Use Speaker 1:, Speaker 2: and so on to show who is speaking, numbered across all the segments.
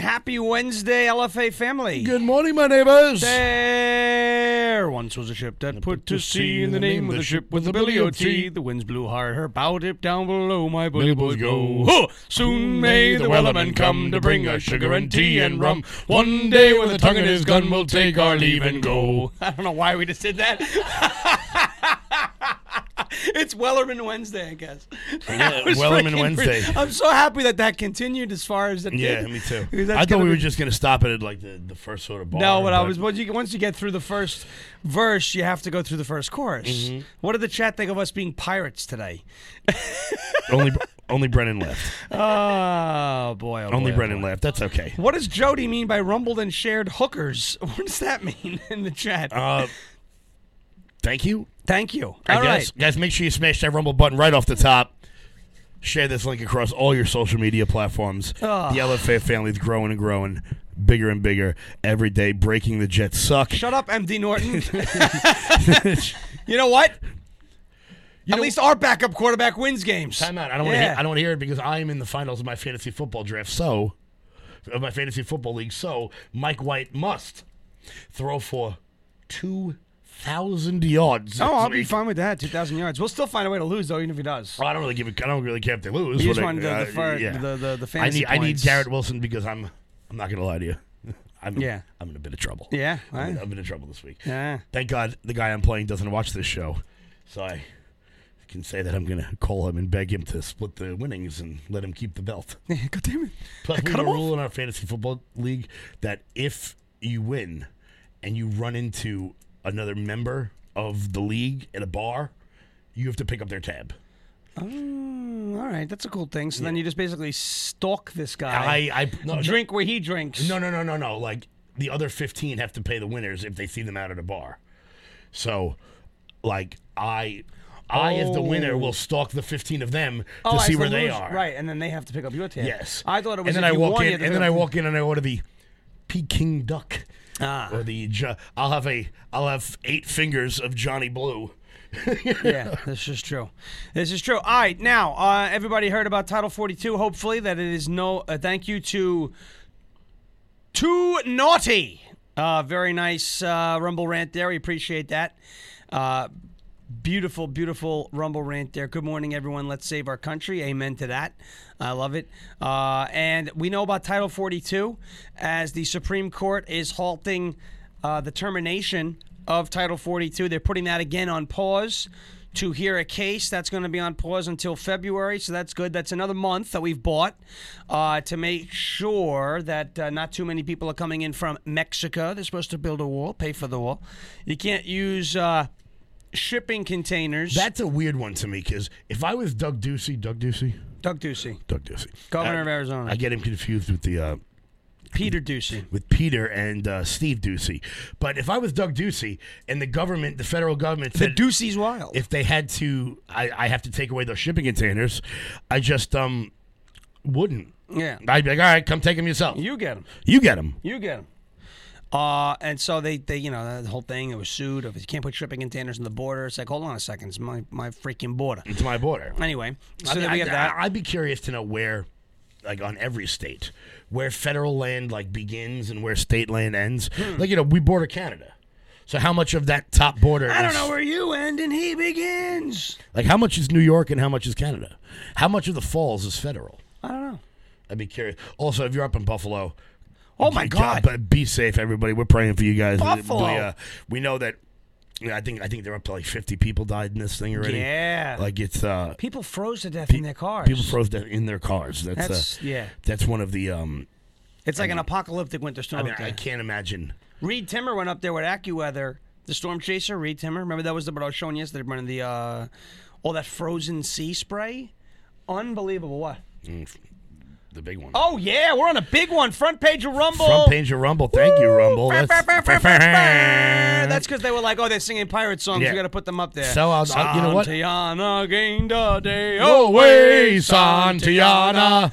Speaker 1: happy Wednesday, LFA family.
Speaker 2: Good morning, my neighbors.
Speaker 1: There once was a ship that put to sea, and the name of the ship was the Billy O.T. The winds blew hard, her bow dipped down below, my bully boys go. Ho! Soon may the wellerman come to bring us sugar and tea and rum. One day with a tongue in his gun, we'll take our leave and go. I don't know why we just did that. It's Wellerman Wednesday, I guess. That was
Speaker 2: Wellerman
Speaker 1: freaking
Speaker 2: Wednesday.
Speaker 1: brilliant. I'm so happy that that continued as far as it
Speaker 2: Yeah,
Speaker 1: did.
Speaker 2: me too.
Speaker 1: Because that's
Speaker 2: I thought
Speaker 1: gonna
Speaker 2: we
Speaker 1: be-
Speaker 2: were just gonna stop it at like the, the first sort of bar.
Speaker 1: No, but I was once you, once you get through the first verse, you have to go through the first chorus.
Speaker 2: Mm-hmm.
Speaker 1: What did the chat think of us being pirates today?
Speaker 2: only only Brennan left.
Speaker 1: Oh boy! oh,
Speaker 2: Only
Speaker 1: boy, oh,
Speaker 2: Brennan
Speaker 1: boy.
Speaker 2: left. That's okay.
Speaker 1: What does Jody mean by rumbled and shared hookers? What does that mean in the chat?
Speaker 2: Uh, thank you.
Speaker 1: Thank you. All
Speaker 2: I
Speaker 1: right,
Speaker 2: guess. Guys, make sure you smash that rumble button right off the top. Share this link across all your social media platforms.
Speaker 1: Ugh.
Speaker 2: The LFA family is growing and growing, bigger and bigger every day. Breaking the Jets suck.
Speaker 1: Shut up, MD Norton. you know what? At
Speaker 2: know-
Speaker 1: least our backup quarterback wins games.
Speaker 2: Time out. I don't want to.
Speaker 1: Yeah.
Speaker 2: Hear, I don't want to hear it because I am in the finals of my fantasy football draft. So, of my fantasy football league. So Mike White must throw for two thousand yards.
Speaker 1: Oh,
Speaker 2: this
Speaker 1: I'll be
Speaker 2: week.
Speaker 1: fine with that. Two thousand yards. We'll still find a way to lose though, even if he does.
Speaker 2: Well, I don't really give. A, I don't really care if they lose.
Speaker 1: You
Speaker 2: but
Speaker 1: just
Speaker 2: I-
Speaker 1: wanted the- the
Speaker 2: uh,
Speaker 1: fir- the- the- the
Speaker 2: I
Speaker 1: fantasy
Speaker 2: need. I need
Speaker 1: points.
Speaker 2: Garrett Wilson because I'm. I'm not gonna lie to you. I'm.
Speaker 1: Yeah.
Speaker 2: I'm in a bit of trouble.
Speaker 1: Yeah,
Speaker 2: I'm, in-
Speaker 1: right.
Speaker 2: I'm in a trouble this week.
Speaker 1: Yeah.
Speaker 2: Thank God the guy I'm playing doesn't watch this show, so I can say that I'm gonna call him and beg him to split the winnings and let him keep the belt.
Speaker 1: God damn it!
Speaker 2: Plus,
Speaker 1: I
Speaker 2: we
Speaker 1: cut
Speaker 2: have a
Speaker 1: him off.
Speaker 2: rule in our fantasy football league that if you win and you run into another member of the league at a bar, you have to pick up their tab.
Speaker 1: Mm, all right, that's a cool thing. So then you just basically stalk this guy.
Speaker 2: I, I no, no,
Speaker 1: drink where he drinks.
Speaker 2: No, no, no, no, no. Like the other 15 have to pay the winners if they see them out at a bar. So, like, I. I, as the winner,
Speaker 1: Oh.
Speaker 2: will stalk the 15 of them to
Speaker 1: Oh,
Speaker 2: see
Speaker 1: as
Speaker 2: where
Speaker 1: the
Speaker 2: they
Speaker 1: loser-
Speaker 2: are.
Speaker 1: Right, and then they have to pick up your tab.
Speaker 2: Yes.
Speaker 1: I thought it was.
Speaker 2: And then
Speaker 1: if
Speaker 2: I
Speaker 1: you
Speaker 2: walk
Speaker 1: won, you
Speaker 2: in,
Speaker 1: had to
Speaker 2: and
Speaker 1: pick
Speaker 2: then I
Speaker 1: up-
Speaker 2: walk in, and I order the Peking duck,
Speaker 1: Ah.
Speaker 2: or the jo- I'll have a I'll have eight fingers of Johnny Blue.
Speaker 1: yeah, this is true. This is true. All right, now uh, everybody heard about Title 42. Hopefully, that it is no. Uh, thank you to Too Naughty. Uh, very nice uh, Rumble rant there. We appreciate that. Uh, beautiful, beautiful Rumble rant there. Good morning, everyone. Let's save our country. Amen to that. I love it. Uh, and we know about Title 42 as the Supreme Court is halting uh, the termination of Title 42. They're putting that again on pause to hear a case that's going to be on pause until February. So that's good. That's another month that we've bought uh, to make sure that uh, not too many people are coming in from Mexico. They're supposed to build a wall, pay for the wall. You can't use uh, shipping containers.
Speaker 2: That's a weird one to me because if I was Doug Ducey, Doug Ducey,
Speaker 1: Doug Ducey,
Speaker 2: Doug Ducey,
Speaker 1: governor
Speaker 2: I-
Speaker 1: of Arizona,
Speaker 2: I get him confused with the uh,
Speaker 1: Peter Ducey.
Speaker 2: with Peter and uh, Steve Ducey. But if I was Doug Ducey and the government, the federal government
Speaker 1: The
Speaker 2: said
Speaker 1: Ducey's wild.
Speaker 2: if they had to, I, I have to take away those shipping containers, I just um wouldn't.
Speaker 1: yeah,
Speaker 2: I'd be like, all right, come take them yourself.
Speaker 1: you get him.
Speaker 2: You get them.
Speaker 1: You get them. Uh, and so they, they, you know, the whole thing, it was sued. Of you can't put shipping containers in the border. It's like, hold on a second, it's my, my freaking border.
Speaker 2: It's my border.
Speaker 1: Anyway, so
Speaker 2: I
Speaker 1: then we have that.
Speaker 2: would be curious to know where, like on every state, where federal land like begins and where state land ends.
Speaker 1: Hmm.
Speaker 2: Like you know, we border Canada. So how much of that top border?
Speaker 1: I don't
Speaker 2: is-
Speaker 1: know where you end and he begins.
Speaker 2: Like how much is New York and how much is Canada? How much of the falls is federal?
Speaker 1: I don't know.
Speaker 2: I'd be curious. Also, if you're up in Buffalo,
Speaker 1: Oh my
Speaker 2: g-
Speaker 1: God.
Speaker 2: But be safe, everybody. We're praying for you guys. We-
Speaker 1: Buffalo.
Speaker 2: We, uh, we know that. yeah, I think I think they're up to like 50 people died in this thing already.
Speaker 1: Yeah.
Speaker 2: Like it's uh,
Speaker 1: people froze to death in their cars.
Speaker 2: people froze that in their cars. That's,
Speaker 1: That's-
Speaker 2: uh,
Speaker 1: yeah.
Speaker 2: That's one of the um.
Speaker 1: it's like an apocalyptic winter storm.
Speaker 2: I mean,
Speaker 1: up
Speaker 2: I
Speaker 1: there.
Speaker 2: can't imagine.
Speaker 1: Reed Timmer went up there with AccuWeather, the storm chaser. Reed Timmer, remember that was the what I was showing yesterday, running the uh, all that frozen sea spray. Unbelievable! What?
Speaker 2: Mm, f- The big one.
Speaker 1: Oh yeah, we're on a big one. Front page of Rumble.
Speaker 2: Front page of Rumble. Thank you, Rumble.
Speaker 1: That's because they were like, oh, they're singing pirate songs.
Speaker 2: Yeah.
Speaker 1: We got to put them up there.
Speaker 2: So I'll- I'll- you know what?
Speaker 1: Santayana gained a day
Speaker 2: Away,
Speaker 1: away,
Speaker 2: Santayana.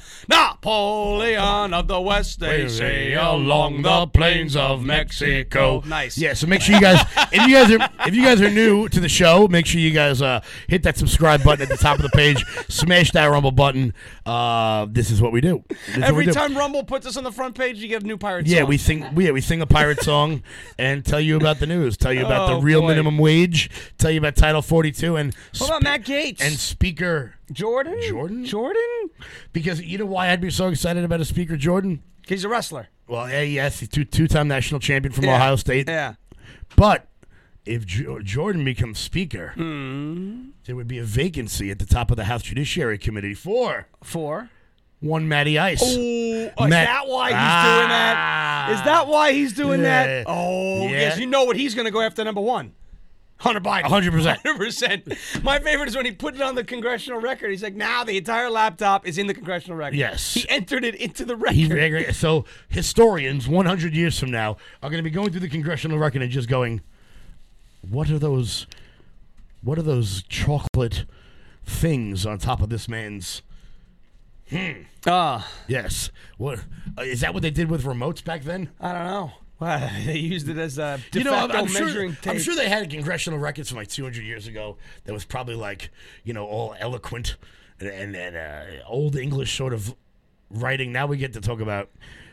Speaker 1: Santayana. Napoleon of the West, they say, along the plains of Mexico. Nice.
Speaker 2: Yeah, so make sure you guys if you guys are if you guys are new to the show, make sure you guys uh, hit that subscribe button at the top of the page, smash that rumble button. Uh, this is what we do. This is what we
Speaker 1: Every
Speaker 2: do.
Speaker 1: time Rumble puts us on the front page, you get a new pirate
Speaker 2: Yeah,
Speaker 1: song.
Speaker 2: we sing. Yeah, we sing a pirate song and tell you about the news. Tell you about
Speaker 1: Oh,
Speaker 2: the real
Speaker 1: boy.
Speaker 2: minimum wage. Tell you about Title Forty Two and
Speaker 1: What about Matt Gates
Speaker 2: and speaker
Speaker 1: Jordan?
Speaker 2: Jordan?
Speaker 1: Jordan?
Speaker 2: because you know why I'd be so excited about a speaker Jordan.
Speaker 1: He's a wrestler.
Speaker 2: Well, hey, yes, he's two two time national champion from
Speaker 1: Yeah.
Speaker 2: Ohio State.
Speaker 1: Yeah.
Speaker 2: But if jo- Jordan becomes speaker, there would be a vacancy at the top of the House Judiciary Committee for
Speaker 1: Four.
Speaker 2: one Matty Ice.
Speaker 1: Oh. Ooh, is
Speaker 2: Matt-
Speaker 1: that why he's doing that?
Speaker 2: Ah.
Speaker 1: Is that why he's doing
Speaker 2: Yeah.
Speaker 1: that? Oh,
Speaker 2: Yeah.
Speaker 1: yes. You know what he's going to go after number one. Hunter Biden.
Speaker 2: 100%.
Speaker 1: 100%. My favorite is when he put it on the congressional record. He's like, now the entire laptop is in the congressional record.
Speaker 2: Yes.
Speaker 1: He entered it into the
Speaker 2: He-
Speaker 1: record.
Speaker 2: so historians 100 years from now are going to be going through the congressional record and just going what are those what are those chocolate things on top of this man's
Speaker 1: Ah,
Speaker 2: yes what uh, is that what they did with remotes back then
Speaker 1: I don't know. Well, they used it as a de
Speaker 2: you know I'm,
Speaker 1: facto
Speaker 2: I'm sure,
Speaker 1: measuring tape.
Speaker 2: I'm sure they had congressional records from like 200 years ago that was probably like you know all eloquent and, and, and uh, old english sort of writing now we get to talk about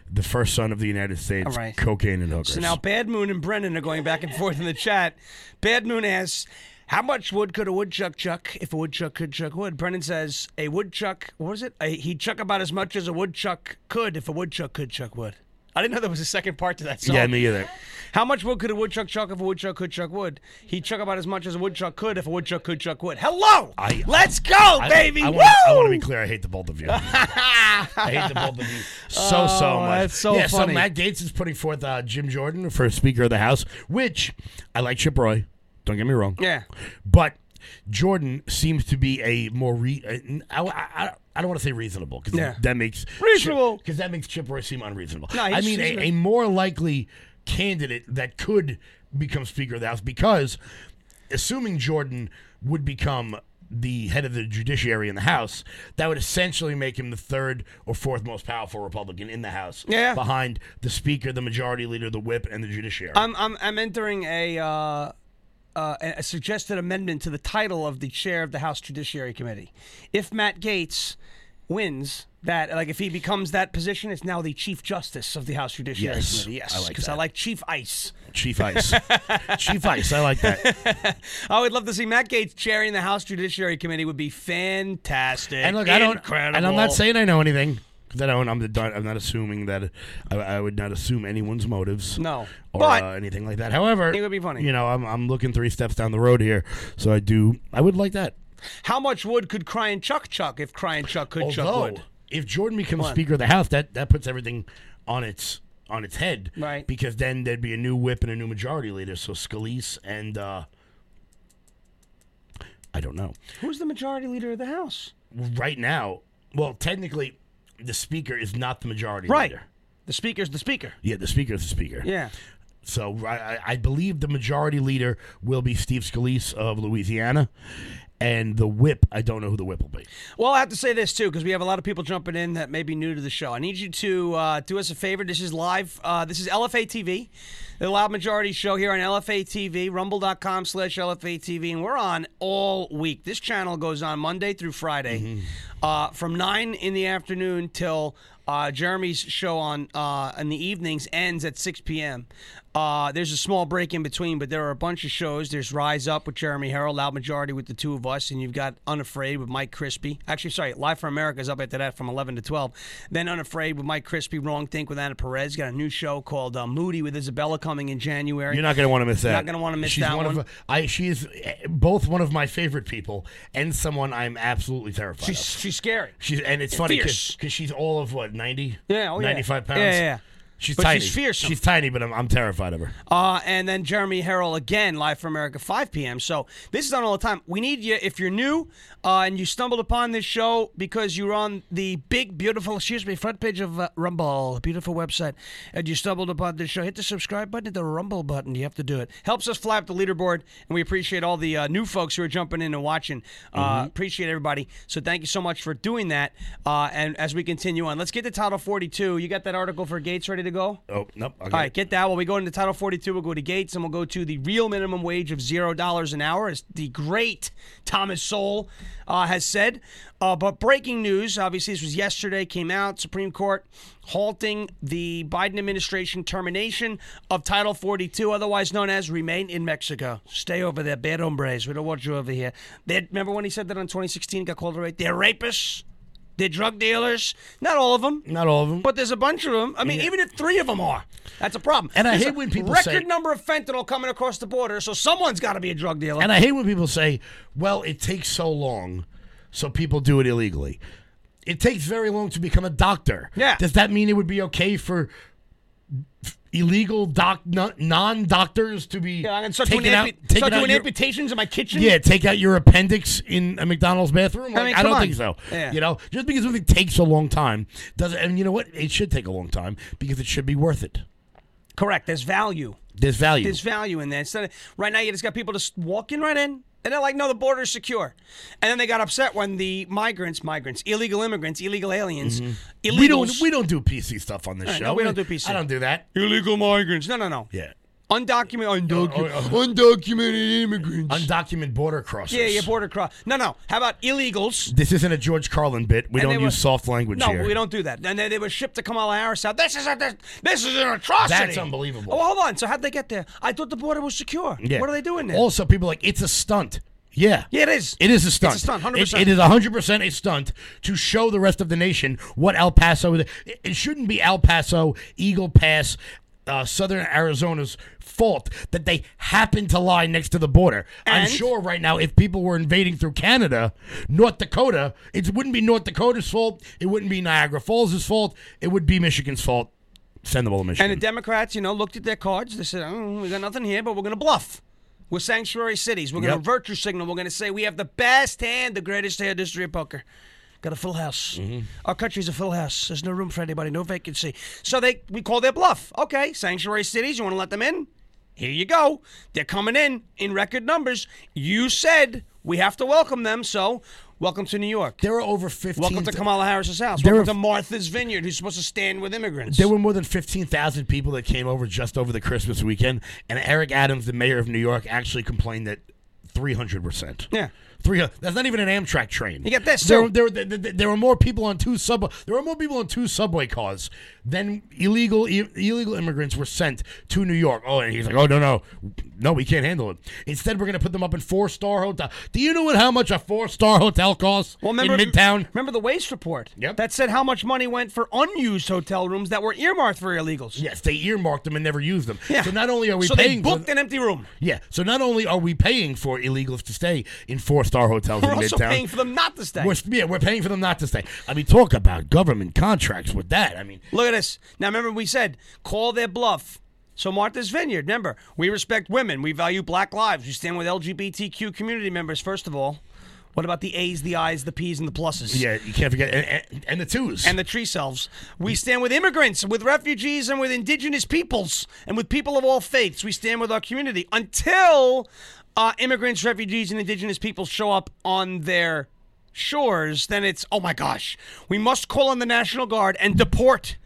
Speaker 2: the first son of the united states
Speaker 1: All right.
Speaker 2: cocaine and hookers
Speaker 1: So now Bad Moon and Brennan are going back and forth in the chat. Bad Moon asks, how much wood could a woodchuck chuck if a woodchuck could chuck wood? Brennan says, a woodchuck, what is it? A, he'd chuck about as much as a woodchuck could if a woodchuck could chuck wood. I didn't know there was a second part to that song.
Speaker 2: Yeah, me either.
Speaker 1: How much wood could a woodchuck chuck if a woodchuck could chuck wood? He'd chuck about as much as a woodchuck could if a woodchuck could chuck wood. Hello!
Speaker 2: I-
Speaker 1: Let's go, baby!
Speaker 2: I,
Speaker 1: Woo!
Speaker 2: wanna- I want to be clear. I hate the both of you. I hate the both of you so so much.
Speaker 1: Oh, that's so
Speaker 2: yeah,
Speaker 1: funny.
Speaker 2: so Matt Gates is putting forth uh, Jim Jordan for Speaker of the House, which I like Chip Roy. Don't get me wrong.
Speaker 1: yeah.
Speaker 2: But Jordan seems to be a more re- uh, I, I, I don't want to say reasonable because
Speaker 1: Yeah.
Speaker 2: that makes
Speaker 1: Reasonable.
Speaker 2: because that makes Chip Roy seem unreasonable.
Speaker 1: No, he's-
Speaker 2: I mean
Speaker 1: he's
Speaker 2: a,
Speaker 1: a-
Speaker 2: a more likely candidate that could become Speaker of the House because assuming Jordan would become the head of the judiciary in the House, that would essentially make him the third or fourth most powerful Republican in the House,
Speaker 1: Yeah.
Speaker 2: behind the Speaker, the Majority Leader, the Whip, and the Judiciary.
Speaker 1: I'm I'm I'm entering a uh, uh, a suggested amendment to the title of the chair of the House Judiciary Committee. If Matt Gates wins that, like if he becomes that position, it's now the Chief Justice of the House Judiciary
Speaker 2: Yes,
Speaker 1: Committee.
Speaker 2: I
Speaker 1: Yes,
Speaker 2: like
Speaker 1: because I,
Speaker 2: that.
Speaker 1: like Chief Ice.
Speaker 2: Chief Ice, Chief Ice, I like that.
Speaker 1: I would love to see Matt Gates chairing the House Judiciary Committee. Would be fantastic.
Speaker 2: And look, I don't.
Speaker 1: Incredible.
Speaker 2: And I'm not saying I know anything because I don't. I'm, the, I'm not assuming that. I, I would not assume anyone's motives.
Speaker 1: No.
Speaker 2: Or
Speaker 1: But-
Speaker 2: uh, anything like that. However,
Speaker 1: It would be funny.
Speaker 2: You know, I'm, I'm looking three steps down the road here, so I do. I would like that.
Speaker 1: how much wood could Cry and Chuck chuck if Cry and Chuck could chuck
Speaker 2: Although,
Speaker 1: wood.
Speaker 2: if Jordan becomes
Speaker 1: What?
Speaker 2: Speaker of the House, that that puts everything on its on its head.
Speaker 1: Right.
Speaker 2: Because then there'd be a new whip and a new majority leader. So Scalise and. uh I don't know.
Speaker 1: Who's the majority leader of the House?
Speaker 2: Right now, well, technically, the speaker is not the majority
Speaker 1: Right.
Speaker 2: leader.
Speaker 1: The speaker's the speaker.
Speaker 2: Yeah, the speaker is the speaker.
Speaker 1: Yeah.
Speaker 2: So I, I- I believe the majority leader will be Steve Scalise of Louisiana, and the whip. I don't know who the whip will be.
Speaker 1: Well, I have to say this too because we have a lot of people jumping in that may be new to the show. I need you to uh, do us a favor. This is live. Uh, this is LFA TV, the Loud Majority Show here on LFA TV, rumble.com slash LFA TV. And we're on all week. This channel goes on Monday through Friday uh, from 9 in the afternoon till uh, Jeremy's show on uh, in the evenings ends at 6 p.m. Uh, there's a small break in between, but there are a bunch of shows. There's Rise Up with Jeremy Harrell, Loud Majority with the two of us, and you've got Unafraid with Mike Crispy. Actually, sorry, Live from America is up after that from 11 to 12. Then Unafraid with Mike Crispy, Wrong Think with Anna Perez. Got a new show called uh, Moody with Isabella coming in January.
Speaker 2: You're not going to want to miss that.
Speaker 1: not gonna wanna miss
Speaker 2: She's
Speaker 1: that
Speaker 2: one.
Speaker 1: one.
Speaker 2: Of, I she is eh, both one of my favorite people and someone I'm absolutely terrified
Speaker 1: she's,
Speaker 2: of.
Speaker 1: she's scary.
Speaker 2: She's and it's funny
Speaker 1: fierce.
Speaker 2: because she's all of what 90,
Speaker 1: Yeah, oh, yeah.
Speaker 2: 95 pounds.
Speaker 1: Yeah, yeah, yeah.
Speaker 2: She's
Speaker 1: But
Speaker 2: tiny.
Speaker 1: she's fearsome.
Speaker 2: She's tiny, but I'm, I'm terrified of her.
Speaker 1: Uh, and then Jeremy Harrell again, live from America, 5 p.m. So this is on all the time. We need you if you're new uh, and you stumbled upon this show because you were on the big, beautiful, excuse me, front page of uh, Rumble, a beautiful website, and you stumbled upon this show. Hit the subscribe button, hit the Rumble button. You have to do it. Helps us fly up the leaderboard, and we appreciate all the uh, new folks who are jumping in and watching. Uh, Appreciate everybody. So thank you so much for doing that. Uh, and as we continue on, let's get to Title 42. You got that article for Gates ready to go?
Speaker 2: Oh, nope. Okay.
Speaker 1: All right, get that. While we go into Title 42, we'll go to Gates and we'll go to the real minimum wage of $0 an hour, as the great Thomas Sowell uh, has said. Uh, but breaking news obviously, this was yesterday, came out Supreme Court halting the Biden administration termination of Title 42, otherwise known as Remain in Mexico. Stay over there, bad hombres. We don't want you over here. They, remember when he said that in 2016, got called a rape? They're rapists. They're drug dealers. Not all of them.
Speaker 2: Not all of them.
Speaker 1: But there's a bunch of them. I mean, even if three of them are, that's a problem.
Speaker 2: And I
Speaker 1: There's
Speaker 2: hate
Speaker 1: a
Speaker 2: when people
Speaker 1: record
Speaker 2: say-
Speaker 1: number of fentanyl coming across the border, so someone's got to be a drug dealer.
Speaker 2: and I hate when people say, well, it takes so long, so people do it illegally. It takes very long to become a doctor.
Speaker 1: Yeah.
Speaker 2: Does that mean it would be okay for f- illegal doc non doctors to be
Speaker 1: Yeah, I'm gonna start
Speaker 2: taking
Speaker 1: doing,
Speaker 2: out,
Speaker 1: ampu-
Speaker 2: taking
Speaker 1: start
Speaker 2: out
Speaker 1: doing
Speaker 2: your-
Speaker 1: amputations in my kitchen.
Speaker 2: Yeah, take out your appendix in a McDonald's bathroom. Like, I,
Speaker 1: mean, come
Speaker 2: don't
Speaker 1: on.
Speaker 2: think so.
Speaker 1: Yeah.
Speaker 2: You know, just because something takes a long time doesn't. And you know what? It should take a long time because it should be worth it.
Speaker 1: Correct. There's value.
Speaker 2: There's value.
Speaker 1: There's value in that. Instead of, right now, you just got people just walking right in. And they're like, no, the border's secure. And then they got upset when the migrants, migrants, illegal immigrants, illegal aliens, illegals.
Speaker 2: Mm-hmm. we don't. We don't do PC stuff on this
Speaker 1: right,
Speaker 2: show.
Speaker 1: no, we don't do PC.
Speaker 2: I don't do that.
Speaker 1: illegal migrants. No, no, no.
Speaker 2: Yeah.
Speaker 1: Undocumented, undocumented,
Speaker 2: Uh, uh,
Speaker 1: undocumented immigrants.
Speaker 2: Undocumented border crossers.
Speaker 1: yeah, yeah, border cross. No, no. How about illegals?
Speaker 2: This isn't a George Carlin bit. We
Speaker 1: And
Speaker 2: don't
Speaker 1: they were-
Speaker 2: use soft language
Speaker 1: No,
Speaker 2: here.
Speaker 1: we don't do that. And they, they were shipped to Kamala Harris. Now, this is a, this, this is an atrocity.
Speaker 2: That's unbelievable.
Speaker 1: Oh, hold on. So how'd they get there? I thought the border was secure.
Speaker 2: Yeah.
Speaker 1: What are they doing there?
Speaker 2: Also, people are like it's a stunt. Yeah.
Speaker 1: yeah, it is.
Speaker 2: It is a stunt.
Speaker 1: It's a stunt,
Speaker 2: It-
Speaker 1: 100%.
Speaker 2: it is hundred percent a stunt to show the rest of the nation what El Paso is. It, it shouldn't be El Paso, Eagle Pass, uh, Southern Arizona's fault that they happen to lie next to the border. I'm
Speaker 1: And-
Speaker 2: sure right now, if people were invading through Canada, North Dakota, it wouldn't be North Dakota's fault. It wouldn't be Niagara Falls' fault. It would be Michigan's fault. Send the ball to Michigan.
Speaker 1: And the Democrats, you know, looked at their cards. They said, oh, we got nothing here, but we're going to bluff. We're sanctuary cities. We're going to
Speaker 2: Yep.
Speaker 1: virtue signal. We're going to say we have the best hand, the greatest hand in the history of poker. Got a full house.
Speaker 2: Mm-hmm.
Speaker 1: Our country's a full house. There's no room for anybody, no vacancy. So they we call their bluff. Okay, sanctuary cities. You want to let them in? Here you go. They're coming in in record numbers. You said we have to welcome them. So welcome to New York.
Speaker 2: there are over 15.
Speaker 1: Welcome to Kamala Harris's house.
Speaker 2: There
Speaker 1: Welcome
Speaker 2: were-
Speaker 1: to Martha's Vineyard, who's supposed to stand with immigrants.
Speaker 2: There were more than 15,000 people that came over just over the Christmas weekend, and Eric Adams, the mayor of New York, actually complained that 300%.
Speaker 1: Yeah.
Speaker 2: 300, that's not even an Amtrak train.
Speaker 1: You get this,
Speaker 2: There,
Speaker 1: too.
Speaker 2: there, there, there- there were more people on two subway. There were more people on two subway cars than illegal i- illegal immigrants were sent to New York. Oh, and he's like, oh no no, no, we can't handle it. Instead, we're gonna put them up in four star hotel. Do you know what how much a four star hotel costs
Speaker 1: Well, remember,
Speaker 2: in Midtown?
Speaker 1: Remember the waste report?
Speaker 2: Yep.
Speaker 1: That said how much money went for unused hotel rooms that were earmarked for illegals.
Speaker 2: Yes, they earmarked them and never used them.
Speaker 1: Yeah.
Speaker 2: So not only are we
Speaker 1: so
Speaker 2: paying
Speaker 1: they
Speaker 2: for
Speaker 1: booked an empty room.
Speaker 2: Yeah. So not only are we paying for illegals to stay in four star hotels
Speaker 1: We're
Speaker 2: in
Speaker 1: also
Speaker 2: Midtown,
Speaker 1: paying for them not to stay.
Speaker 2: we're, yeah, we're paying for them not to stay. I mean, talk about government contracts with that. I mean,
Speaker 1: Look at this. Now remember we said call their bluff. So Martha's Vineyard, remember, we respect women, we value black lives, we stand with LGBTQ community members first of all. What about the A's, the I's, the P's and the pluses?
Speaker 2: yeah, you can't forget and, and, and the twos.
Speaker 1: and the tree selves. We stand with immigrants, with refugees, and with indigenous peoples, and with people of all faiths. We stand with our community until uh, immigrants, refugees, and indigenous peoples show up on their shores. Then it's, oh my gosh, we must call on the National Guard and deport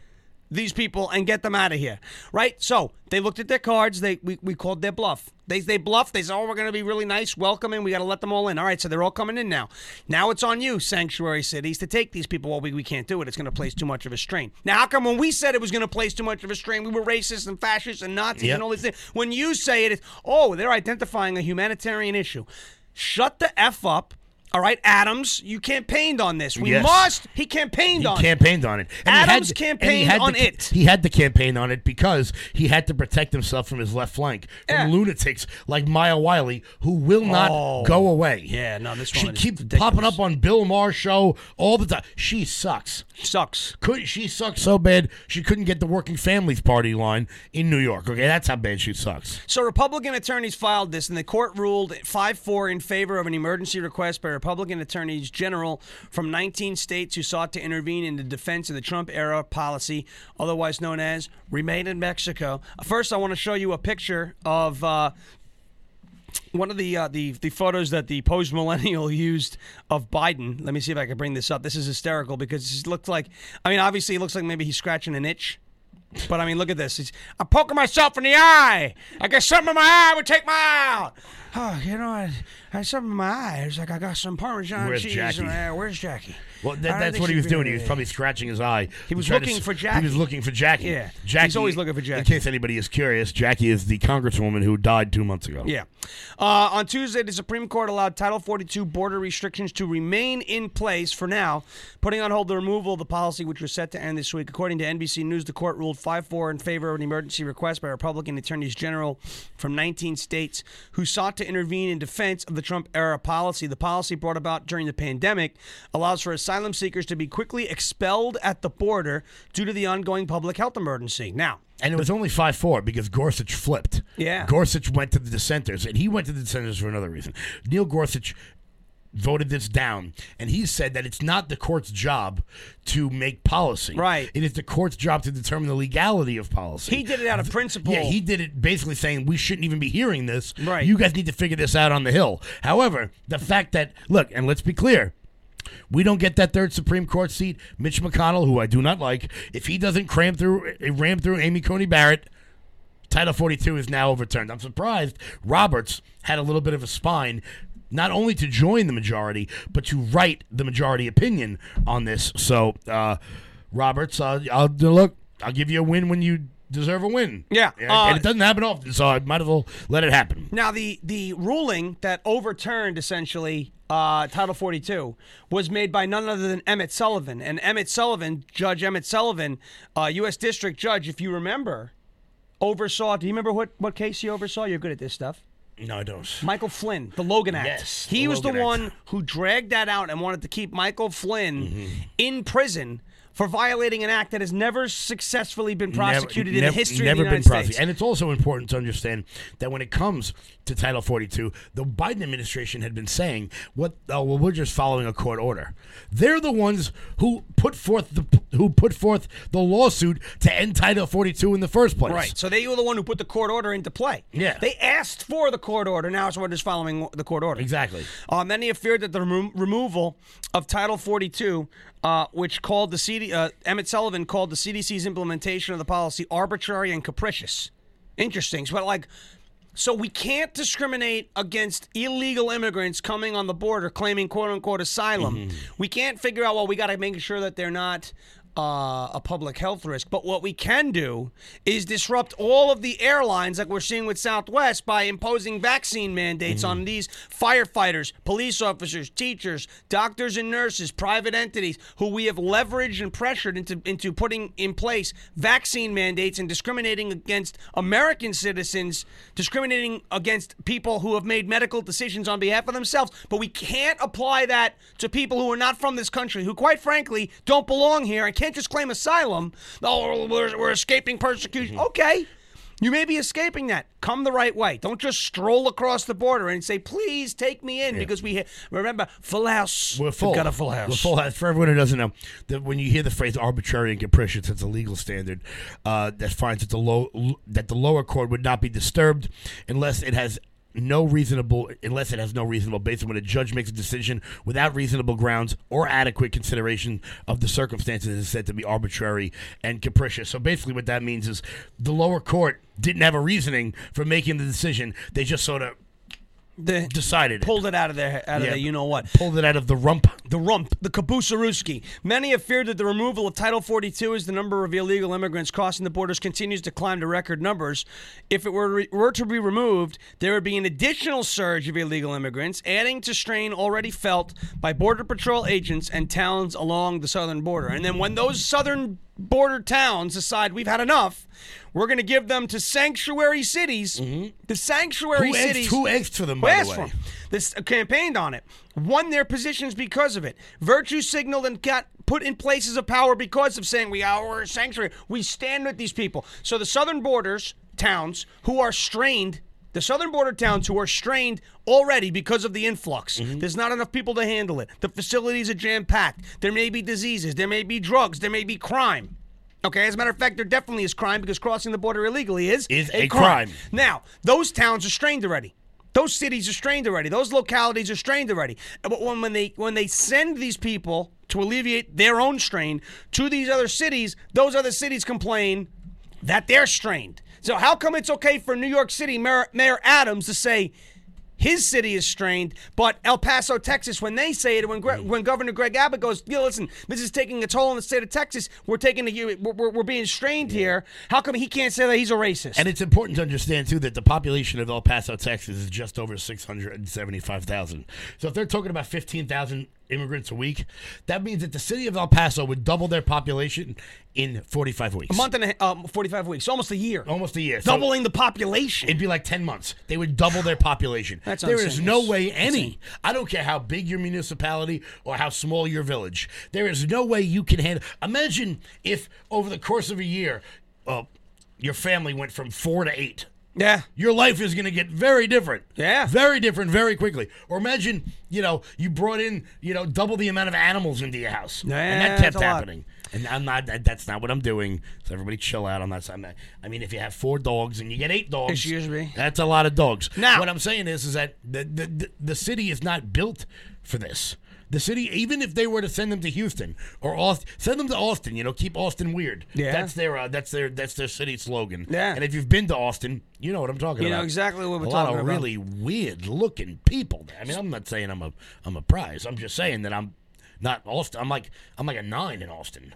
Speaker 1: these people and get them out of here, right? So they looked at their cards. They we, we called their bluff. They they bluffed. They said, "Oh, we're going to be really nice, welcoming. We got to let them all in." All right, so they're all coming in now. Now it's on you, sanctuary cities, to take these people. Well, we, we can't do it. It's going to place too much of a strain. Now, how come when we said it was going to place too much of a strain, we were racist and fascist and Nazis
Speaker 2: Yep.
Speaker 1: and all these things? When you say it, it's oh, they're identifying a humanitarian issue. Shut the f up. All right, Adams, you campaigned on this. We
Speaker 2: Yes.
Speaker 1: must. He campaigned on.
Speaker 2: he
Speaker 1: it.
Speaker 2: campaigned on it. And he
Speaker 1: Adams
Speaker 2: had to- and he
Speaker 1: campaigned
Speaker 2: had to-
Speaker 1: on it.
Speaker 2: He had to campaign on it because he had to protect himself from his left flank from
Speaker 1: Yeah.
Speaker 2: lunatics like Maya Wiley, who will not
Speaker 1: Oh.
Speaker 2: go away.
Speaker 1: Yeah, no, this
Speaker 2: She
Speaker 1: woman is
Speaker 2: keeps
Speaker 1: ridiculous.
Speaker 2: popping up on Bill Maher's show all the time. She sucks.
Speaker 1: Sucks.
Speaker 2: could she sucked so bad she couldn't get the working families party line in New York. Okay, that's how bad she sucks.
Speaker 1: So Republican attorneys filed this, and the court ruled 5-4 in favor of an emergency request by Republican attorneys general from 19 states who sought to intervene in the defense of the Trump-era policy, otherwise known as "Remain in Mexico." First, I want to show you a picture of uh, one of the uh, the the photos that the post millennial used of Biden. Let me see if I can bring this up. This is hysterical because it looks like. I mean, obviously, it looks like maybe he's scratching an itch. But I mean, look at this. He's, I'm poking myself in the eye. I guess something in my eye would take my eye out. Oh, you know, I, I had something in my eye. It's like I got some Parmesan
Speaker 2: Where's
Speaker 1: cheese.
Speaker 2: Jackie?
Speaker 1: in my eye. Where's Jackie?
Speaker 2: Well,
Speaker 1: I don't
Speaker 2: that, that's
Speaker 1: think
Speaker 2: what he
Speaker 1: she'd
Speaker 2: was
Speaker 1: be
Speaker 2: doing.
Speaker 1: in
Speaker 2: He was
Speaker 1: there.
Speaker 2: probably scratching his eye. He
Speaker 1: was
Speaker 2: tried to
Speaker 1: looking
Speaker 2: s-
Speaker 1: for
Speaker 2: He
Speaker 1: Jackie.
Speaker 2: was looking for Jackie.
Speaker 1: Yeah. He's
Speaker 2: Jackie,
Speaker 1: always looking for
Speaker 2: In
Speaker 1: Jackie.
Speaker 2: case anybody is curious, Jackie is the congresswoman who died two months ago.
Speaker 1: Yeah. Uh, on Tuesday, the Supreme Court allowed Title 42 border restrictions to remain in place for now, putting on hold the removal of the policy, which was set to end this week. According to NBC News, the court ruled 5 4 in favor of an emergency request by Republican attorneys general from 19 states who sought to intervene in defense of the Trump era policy. The policy brought about during the pandemic allows for asylum seekers to be quickly expelled at the border due to the ongoing public health emergency. Now,
Speaker 2: And it was only 5 4 because Gorsuch flipped.
Speaker 1: Yeah.
Speaker 2: Gorsuch went to the dissenters, and he went to the dissenters for another reason. Neil Gorsuch voted this down, and he said that it's not the court's job to make policy.
Speaker 1: Right.
Speaker 2: It is the court's job to determine the legality of policy.
Speaker 1: he did it out of principle.
Speaker 2: Yeah, he did it basically saying we shouldn't even be hearing this.
Speaker 1: Right.
Speaker 2: You guys need to figure this out on the Hill. However, the fact that, look, and let's be clear. We don't get that third Supreme Court seat. Mitch McConnell, who I do not like, if he doesn't cram through, eh, ram through Amy Coney Barrett, Title 42 is now overturned. I'm surprised Roberts had a little bit of a spine, not only to join the majority, but to write the majority opinion on this. So, uh, Roberts, uh, I'll look. I'll give you a win when you deserve a win.
Speaker 1: Yeah,
Speaker 2: and,
Speaker 1: uh,
Speaker 2: and it doesn't happen often, so I might as well let it happen.
Speaker 1: Now, the the ruling that overturned essentially uh, Title 42 was made by none other than Emmett Sullivan, and Emmett Sullivan, Judge Emmett Sullivan, uh, U.S. District Judge, if you remember, oversaw. Do you remember what what case he oversaw? You're good at this stuff.
Speaker 2: No, I don't.
Speaker 1: Michael Flynn, the Logan Act.
Speaker 2: Yes,
Speaker 1: he
Speaker 2: the
Speaker 1: was
Speaker 2: Logan
Speaker 1: the
Speaker 2: Act.
Speaker 1: one who dragged that out and wanted to keep Michael Flynn
Speaker 2: Mm-hmm.
Speaker 1: in prison for violating an act that has never successfully been prosecuted in
Speaker 2: nev-
Speaker 1: the history
Speaker 2: never
Speaker 1: of the United
Speaker 2: been prosecuted.
Speaker 1: States.
Speaker 2: And it's also important to understand that when it comes to Title 42, the Biden administration had been saying, "What? Oh, well, we're just following a court order." They're the ones who put forth the who put forth the lawsuit to end Title 42 in the first place.
Speaker 1: Right. So they were the one who put the court order into play.
Speaker 2: Yeah.
Speaker 1: They asked for the court order. Now so we're just following the court order.
Speaker 2: Exactly.
Speaker 1: Uh, many have feared that the remo- removal of Title 42, uh, which called the CD, uh, Emmett Sullivan called the CDC's implementation of the policy arbitrary and capricious. Interesting. But like, so we can't discriminate against illegal immigrants coming on the border claiming "quote unquote" asylum.
Speaker 2: Mm-hmm.
Speaker 1: We can't figure out. Well, we got to make sure that they're not. Uh, a public health risk, but what we can do is disrupt all of the airlines, like we're seeing with Southwest, by imposing vaccine mandates on these firefighters, police officers, teachers, doctors and nurses, private entities who we have leveraged and pressured into into putting in place vaccine mandates and discriminating against American citizens, discriminating against people who have made medical decisions on behalf of themselves. But we can't apply that to people who are not from this country, who quite frankly don't belong here and can't just claim asylum. Oh, we're, we're escaping persecution.
Speaker 2: Mm-hmm.
Speaker 1: Okay. You may be escaping that. Come the right way. Don't just stroll across the border and say, "Please take me in," because we ha- remember full house.
Speaker 2: We're full.
Speaker 1: We've got a full house.
Speaker 2: We're full house. For everyone who doesn't know, that when you hear the phrase arbitrary and capricious, it's a legal standard uh, that finds that the low that the lower court would not be disturbed unless it has no reasonable unless it has no reasonable basis when a judge makes a decision without reasonable grounds or adequate consideration of the circumstances is said to be arbitrary and capricious. So basically what that means is the lower court didn't have a reasoning for making the decision. They just sort of
Speaker 1: The-
Speaker 2: decided it.
Speaker 1: pulled it out of their out of
Speaker 2: Yeah.
Speaker 1: their you know what.
Speaker 2: pulled it out of the rump.
Speaker 1: The rump, the kabusaruski. Many have feared that the removal of Title 42 as the number of illegal immigrants crossing the borders continues to climb to record numbers. If it were, were to be removed, there would be an additional surge of illegal immigrants, adding to strain already felt by Border Patrol agents and towns along the southern border. And then when those southern border towns decide we've had enough, we're going to give them to sanctuary cities. The sanctuary
Speaker 2: Who asked,
Speaker 1: cities.
Speaker 2: who asked for them,
Speaker 1: Who
Speaker 2: by
Speaker 1: asked
Speaker 2: the
Speaker 1: for
Speaker 2: way?
Speaker 1: 'em? This uh, campaigned on it, won their positions because of it. Virtue signaled and got put in places of power because of saying we are we're a sanctuary. We stand with these people. So the southern borders towns who are strained, the southern border towns who are strained already because of the influx. There's not enough people to handle it. The facilities are jam packed. There may be diseases. There may be drugs. There may be crime. Okay, as a matter of fact, there definitely is crime because crossing the border illegally is
Speaker 2: Is a crime.
Speaker 1: now, those towns are strained already. Those cities are strained already. Those localities are strained already. But when, when they when they send these people to alleviate their own strain to these other cities, those other cities complain that they're strained. So how come it's okay for New York City Mayor, Mayor Adams to say his city is strained, but El Paso, Texas, when they say it, when
Speaker 2: Mm.
Speaker 1: Gre- when Governor Greg Abbott goes, "Yeah, listen, this is taking a toll on the state of Texas. We're taking a, we're, we're, we're being strained here." How come he can't say that he's a racist?
Speaker 2: And it's important to understand too that the population of El Paso, Texas, is just over six hundred and seventy-five thousand. So if they're talking about fifteen thousand immigrants a week, that means that the city of El Paso would double their population in forty-five weeks,
Speaker 1: a month and a, um, forty-five weeks, almost a year,
Speaker 2: almost a year. Oh, So
Speaker 1: doubling the population.
Speaker 2: It'd be like 10 months. They would double their population.
Speaker 1: That's
Speaker 2: there is
Speaker 1: insane.
Speaker 2: no way any. I don't care how big your municipality or how small your village. There is no way you can handle. Imagine if over the course of a year, uh, your family went from four to eight.
Speaker 1: yeah,
Speaker 2: Your life is going to get very different.
Speaker 1: Yeah.
Speaker 2: Very different very quickly. Or imagine, you know, you brought in, you know, double the amount of animals into your house. and
Speaker 1: Yeah,
Speaker 2: that kept
Speaker 1: that's a lot.
Speaker 2: happening. And I'm not, that, that's not what I'm doing. So everybody chill out on that. So I'm not- I mean, if you have four dogs and you get eight dogs,
Speaker 1: Excuse me?
Speaker 2: that's a lot of dogs.
Speaker 1: Now-
Speaker 2: what I'm saying is, is that the, the, the, the city is not built for this. The city, even if they were to send them to Houston or Austin, send them to Austin, you know, keep Austin weird.
Speaker 1: Yeah.
Speaker 2: That's their, uh, that's their, that's their city slogan.
Speaker 1: Yeah.
Speaker 2: And if you've been to Austin, you know what I'm talking
Speaker 1: You know
Speaker 2: about.
Speaker 1: exactly what we're
Speaker 2: a lot
Speaker 1: talking
Speaker 2: of
Speaker 1: about.
Speaker 2: really weird looking people. there. I mean, I'm not saying I'm a I'm a prize. I'm just saying that I'm not Austin. I'm like I'm like a nine in Austin.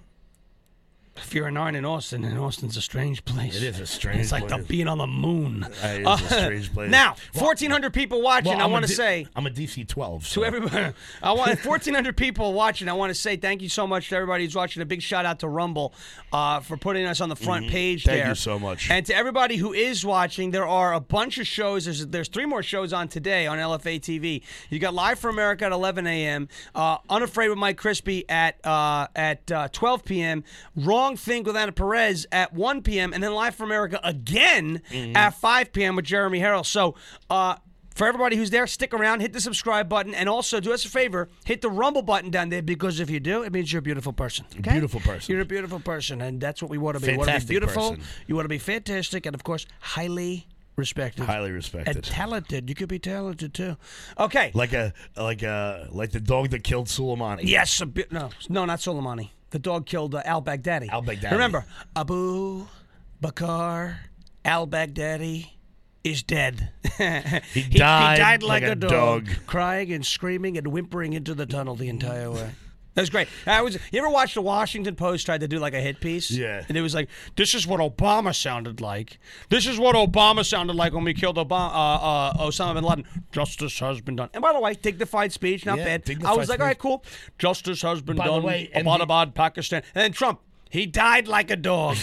Speaker 1: if you're a nine in Austin, and Austin's a strange place.
Speaker 2: It is a strange.
Speaker 1: It's like the
Speaker 2: place.
Speaker 1: being on the moon.
Speaker 2: It is a strange place.
Speaker 1: Uh, Now,
Speaker 2: Well,
Speaker 1: fourteen hundred people watching.
Speaker 2: well,
Speaker 1: I
Speaker 2: I'm a
Speaker 1: want to
Speaker 2: D-
Speaker 1: say
Speaker 2: I'm a DC 12. So
Speaker 1: to everybody. I want 1,400 people watching. I want to say thank you so much to everybody who's watching. A big shout out to Rumble uh, for putting us on the front page
Speaker 2: Mm-hmm. Thank
Speaker 1: there.
Speaker 2: you so much.
Speaker 1: And to everybody who is watching, there are a bunch of shows. There's there's three more shows on today on LFA TV. You got Live for America at 11 a.m. Uh, Unafraid with Mike Crispy at uh, at uh, 12 p.m. Wrong Think with Ana Perez at 1 p.m. And then Live for America again
Speaker 2: Mm-hmm.
Speaker 1: at 5 p.m. with Jeremy Harrell. So. Uh, for everybody who's there, stick around, hit the subscribe button, and also do us a favor, hit the rumble button down there because if you do, it means you're a beautiful person. okay?
Speaker 2: Beautiful person.
Speaker 1: You're a beautiful person, and that's what we want to be.
Speaker 2: Fantastic
Speaker 1: we want to be beautiful.
Speaker 2: person.
Speaker 1: You want to be fantastic, and of course, highly respected.
Speaker 2: highly
Speaker 1: and
Speaker 2: respected.
Speaker 1: talented. You could be talented too. Okay.
Speaker 2: Like a like a like the dog that killed Suleimani.
Speaker 1: yes. A bit, no. No. Not Soleimani. The dog killed uh, Al Baghdadi.
Speaker 2: Al Baghdadi.
Speaker 1: Remember, Abu Bakar Al Baghdadi is dead. he,
Speaker 2: died
Speaker 1: like,
Speaker 2: like
Speaker 1: a,
Speaker 2: a
Speaker 1: dog,
Speaker 2: dog.
Speaker 1: crying and screaming and whimpering into the tunnel the entire way. That was great. I was. You ever watched the Washington Post tried to do like a hit piece?
Speaker 2: Yeah.
Speaker 1: And it was like, this is what Obama sounded like. This is what Obama sounded like when we killed Obama, uh, uh, Osama bin Laden. Justice has been done. And by the way, dignified speech, not
Speaker 2: Yeah,
Speaker 1: bad. I
Speaker 2: dignified
Speaker 1: was like, all right,
Speaker 2: speech.
Speaker 1: cool. Justice has been
Speaker 2: By the
Speaker 1: done.
Speaker 2: way, MD
Speaker 1: Abbottabad, Pakistan. And then Trump, he died like a dog.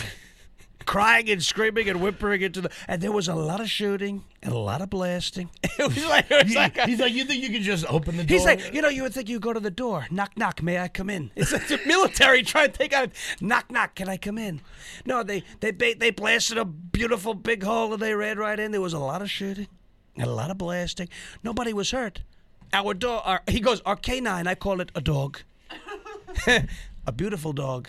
Speaker 1: Crying and screaming and whimpering into the, and there was a lot of shooting and a lot of blasting. It was like, it was like a-
Speaker 2: He's like, you think you could just open the door?
Speaker 1: He's like, you know, you would think you go to the door, knock, knock, may I come in? It's like the military trying to take out, knock, knock, can I come in? No, they they ba- they blasted a beautiful big hole and they ran right in. There was a lot of shooting, and a lot of blasting. Nobody was hurt. Our dog, our, he goes, our canine, I call it a dog, a beautiful dog,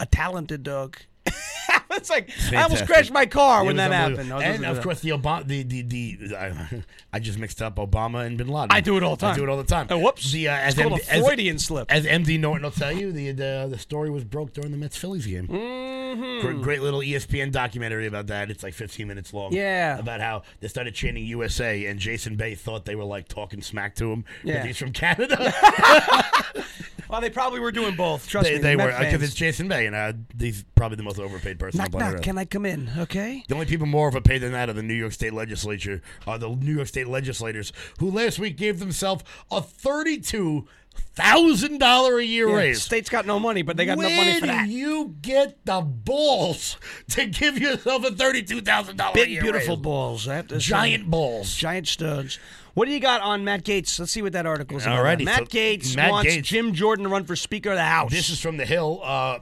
Speaker 1: a talented dog. it's like I almost
Speaker 2: Fantastic.
Speaker 1: crashed my car
Speaker 2: It
Speaker 1: when
Speaker 2: was
Speaker 1: that happened. I
Speaker 2: unbelievable.
Speaker 1: was
Speaker 2: And
Speaker 1: listening to
Speaker 2: of
Speaker 1: that.
Speaker 2: course, the Obama, the the, the I, I just mixed up Obama and Bin Laden.
Speaker 1: I do it all the
Speaker 2: I
Speaker 1: time.
Speaker 2: do it all the time.
Speaker 1: Oh, whoops.
Speaker 2: The, uh,
Speaker 1: It's
Speaker 2: as
Speaker 1: called
Speaker 2: MD,
Speaker 1: a Freudian slip.
Speaker 2: As, as MD Norton will tell you, the, the the story was broke during the Mets Phillies game.
Speaker 1: Mm-hmm.
Speaker 2: Gr- Great, little E ESPN documentary about that. It's like 15 minutes long.
Speaker 1: Yeah.
Speaker 2: About how they started chanting USA, and Jason Bay thought they were like talking smack to him. 'cause
Speaker 1: Yeah.
Speaker 2: He's from Canada.
Speaker 1: well, they probably were doing both. Trust
Speaker 2: they
Speaker 1: me,
Speaker 2: they
Speaker 1: Met
Speaker 2: were because
Speaker 1: fans.
Speaker 2: it's Jason Bay, and uh, he's probably the most overpaid person on
Speaker 1: knock,
Speaker 2: planet
Speaker 1: knock,
Speaker 2: Earth.
Speaker 1: can I come in? Okay.
Speaker 2: The only people more overpaid than that are the New York State Legislature, are the New York State legislators, who last week gave themselves a thirty-two thousand dollar a year
Speaker 1: Yeah,
Speaker 2: raise.
Speaker 1: State's got no money, but they got
Speaker 2: Where
Speaker 1: no money for
Speaker 2: do
Speaker 1: that.
Speaker 2: you get the balls to give yourself a thirty-two thousand dollar
Speaker 1: Big,
Speaker 2: year
Speaker 1: beautiful
Speaker 2: raise?
Speaker 1: balls. That is
Speaker 2: giant balls?
Speaker 1: giant stones. What do you got on Matt Gates? Let's see what that article's about.
Speaker 2: Alrighty,
Speaker 1: Matt
Speaker 2: so
Speaker 1: Gates
Speaker 2: Matt
Speaker 1: wants
Speaker 2: Gates-
Speaker 1: Jim Jordan to run for Speaker of the House.
Speaker 2: This is from the Hill. Uh,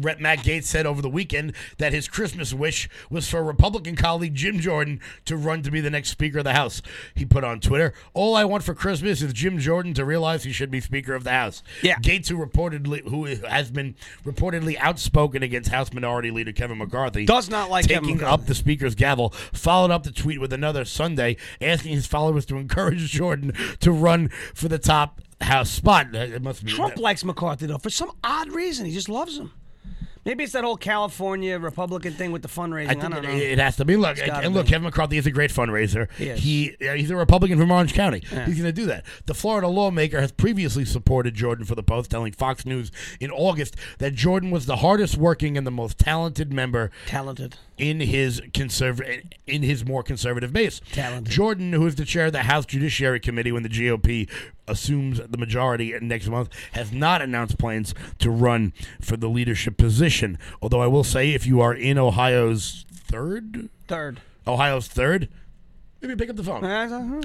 Speaker 2: Rep. Matt Gates said over the weekend that his Christmas wish was for Republican colleague Jim Jordan to run to be the next Speaker of the House. He put on Twitter, "All I want for Christmas is Jim Jordan to realize he should be Speaker of the House."
Speaker 1: Yeah.
Speaker 2: Gates, who reportedly who has been reportedly outspoken against House Minority Leader Kevin McCarthy,
Speaker 1: Does not like Kevin
Speaker 2: taking
Speaker 1: McCarthy.
Speaker 2: up the Speaker's gavel. Followed up the tweet with another Sunday asking his followers to encourage Jordan to run for the top House spot. It must be
Speaker 1: Trump likes McCarthy though for some odd reason. He just loves him. Maybe it's that whole California Republican thing with the fundraising. I,
Speaker 2: I think
Speaker 1: don't
Speaker 2: it,
Speaker 1: know.
Speaker 2: it has to be. Look,
Speaker 1: gotta
Speaker 2: and look,
Speaker 1: be.
Speaker 2: Kevin McCarthy is a great fundraiser.
Speaker 1: He is.
Speaker 2: He uh, he's a Republican from Orange County. He's going to do that. The Florida lawmaker has previously supported Jordan for the Post, telling Fox News in August that Jordan was the hardest working and the most talented member
Speaker 1: Talented.
Speaker 2: in his conservative in his more conservative base.
Speaker 1: Talented.
Speaker 2: Jordan, who is the chair of the House Judiciary Committee when the GOP assumes the majority next month, has not announced plans to run for the leadership position. Although I will say, if you are in Ohio's third,
Speaker 1: Third.
Speaker 2: Ohio's third. Maybe pick up the phone.
Speaker 1: Uh,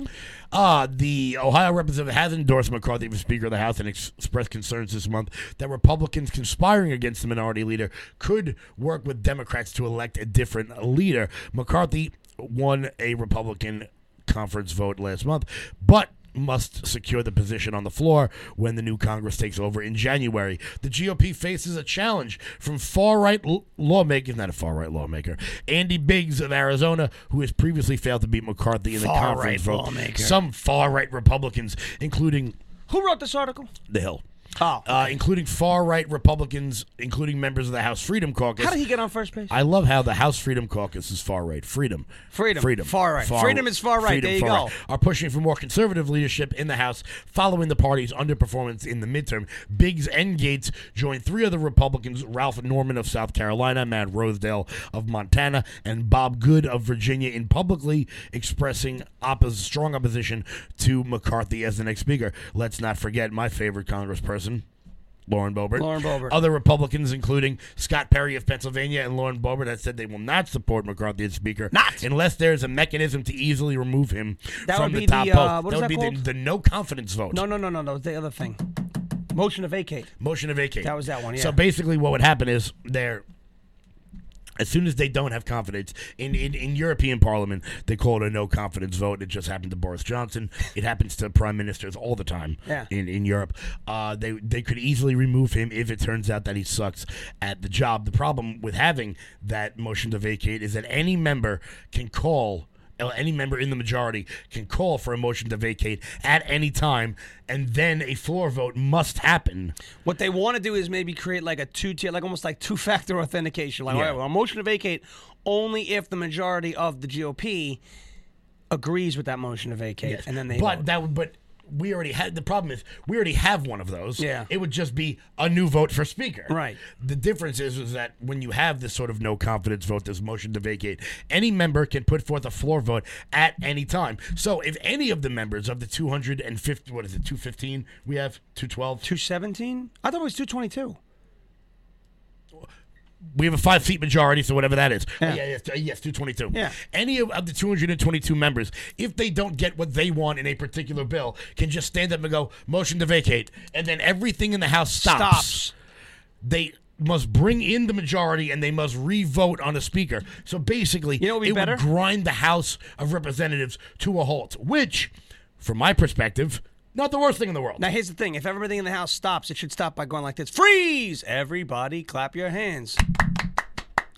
Speaker 2: Uh, the Ohio representative has endorsed McCarthy for Speaker of the House and ex- expressed concerns this month that Republicans conspiring against the minority leader could work with Democrats to elect a different leader. McCarthy won a Republican conference vote last month, but must secure the position on the floor when the new Congress takes over in January. The GOP faces a challenge from far right l- lawmaker, not a far right lawmaker, Andy Biggs of Arizona, who has previously failed to beat McCarthy in the
Speaker 1: Far
Speaker 2: conference
Speaker 1: right
Speaker 2: vote.
Speaker 1: lawmaker.
Speaker 2: Some far right Republicans, including
Speaker 1: Who wrote this article?
Speaker 2: the Hill.
Speaker 1: Oh.
Speaker 2: Uh, including far right Republicans, including members of the House Freedom Caucus.
Speaker 1: How did he get on first page?
Speaker 2: I love how the House Freedom Caucus is far right. Freedom.
Speaker 1: Freedom.
Speaker 2: Freedom.
Speaker 1: Far right. Freedom is far right. There you go.
Speaker 2: Are pushing for more conservative leadership in the House following the party's underperformance in the midterm. Biggs and Gates joined three other Republicans Ralph Norman of South Carolina, Matt Rosedale of Montana, and Bob Good of Virginia in publicly expressing oppos- strong opposition to McCarthy as the next speaker. Let's not forget my favorite congressperson. Lauren Boebert.
Speaker 1: Lauren Boebert.
Speaker 2: Other Republicans, including Scott Perry of Pennsylvania and Lauren Boebert, have said they will not support McCarthy as Speaker,
Speaker 1: Not.
Speaker 2: unless there is a mechanism to easily remove him
Speaker 1: That
Speaker 2: from
Speaker 1: would be
Speaker 2: the top
Speaker 1: the,
Speaker 2: post.
Speaker 1: uh, what
Speaker 2: that
Speaker 1: is
Speaker 2: would
Speaker 1: that
Speaker 2: be
Speaker 1: called?
Speaker 2: the, the no confidence vote.
Speaker 1: no, no, no, no, no. The other thing. Motion to vacate.
Speaker 2: Motion to vacate.
Speaker 1: That was that one,
Speaker 2: So
Speaker 1: yeah.
Speaker 2: basically, what would happen is they're. As soon as they don't have confidence in, in, in European Parliament, they call it a no confidence vote. It just happened to Boris Johnson. It happens to prime ministers all the time
Speaker 1: Yeah.
Speaker 2: in, in Europe. Uh, they they could easily remove him if it turns out that he sucks at the job. The problem with having that motion to vacate is that any member can call. uh, Any member in the majority can call for a motion to vacate at any time, and then a floor vote must happen.
Speaker 1: What they want to do is maybe create like a two tier, like almost like two factor authentication. Like,
Speaker 2: Yeah.
Speaker 1: all right, well, a motion to vacate only if the majority of the GOP agrees with that motion to vacate, and then they
Speaker 2: But
Speaker 1: vote.
Speaker 2: that would but we already had the problem is we already have one of those.
Speaker 1: Yeah.
Speaker 2: It would just be a new vote for speaker.
Speaker 1: Right.
Speaker 2: The difference is is that when you have this sort of no confidence vote, this motion to vacate, any member can put forth a floor vote at any time. So if any of the members of the 250 what is it 215 we have 212
Speaker 1: two seventeen. I thought it was two twenty two.
Speaker 2: we have a 5 seat majority so whatever that is.
Speaker 1: Yeah.
Speaker 2: yeah yes, yes 222.
Speaker 1: Yeah.
Speaker 2: Any of, of the 222 members if they don't get what they want in a particular bill can just stand up and go motion to vacate and then everything in the house
Speaker 1: Stops.
Speaker 2: they must bring in the majority and they must re-vote on a speaker. So basically,
Speaker 1: know what would be
Speaker 2: it
Speaker 1: better?
Speaker 2: would grind the House of Representatives to a halt, which, from my perspective, not the worst thing in the world.
Speaker 1: Now here's the thing: if everything in the house stops, it should stop by going like this: freeze! Everybody, clap your hands.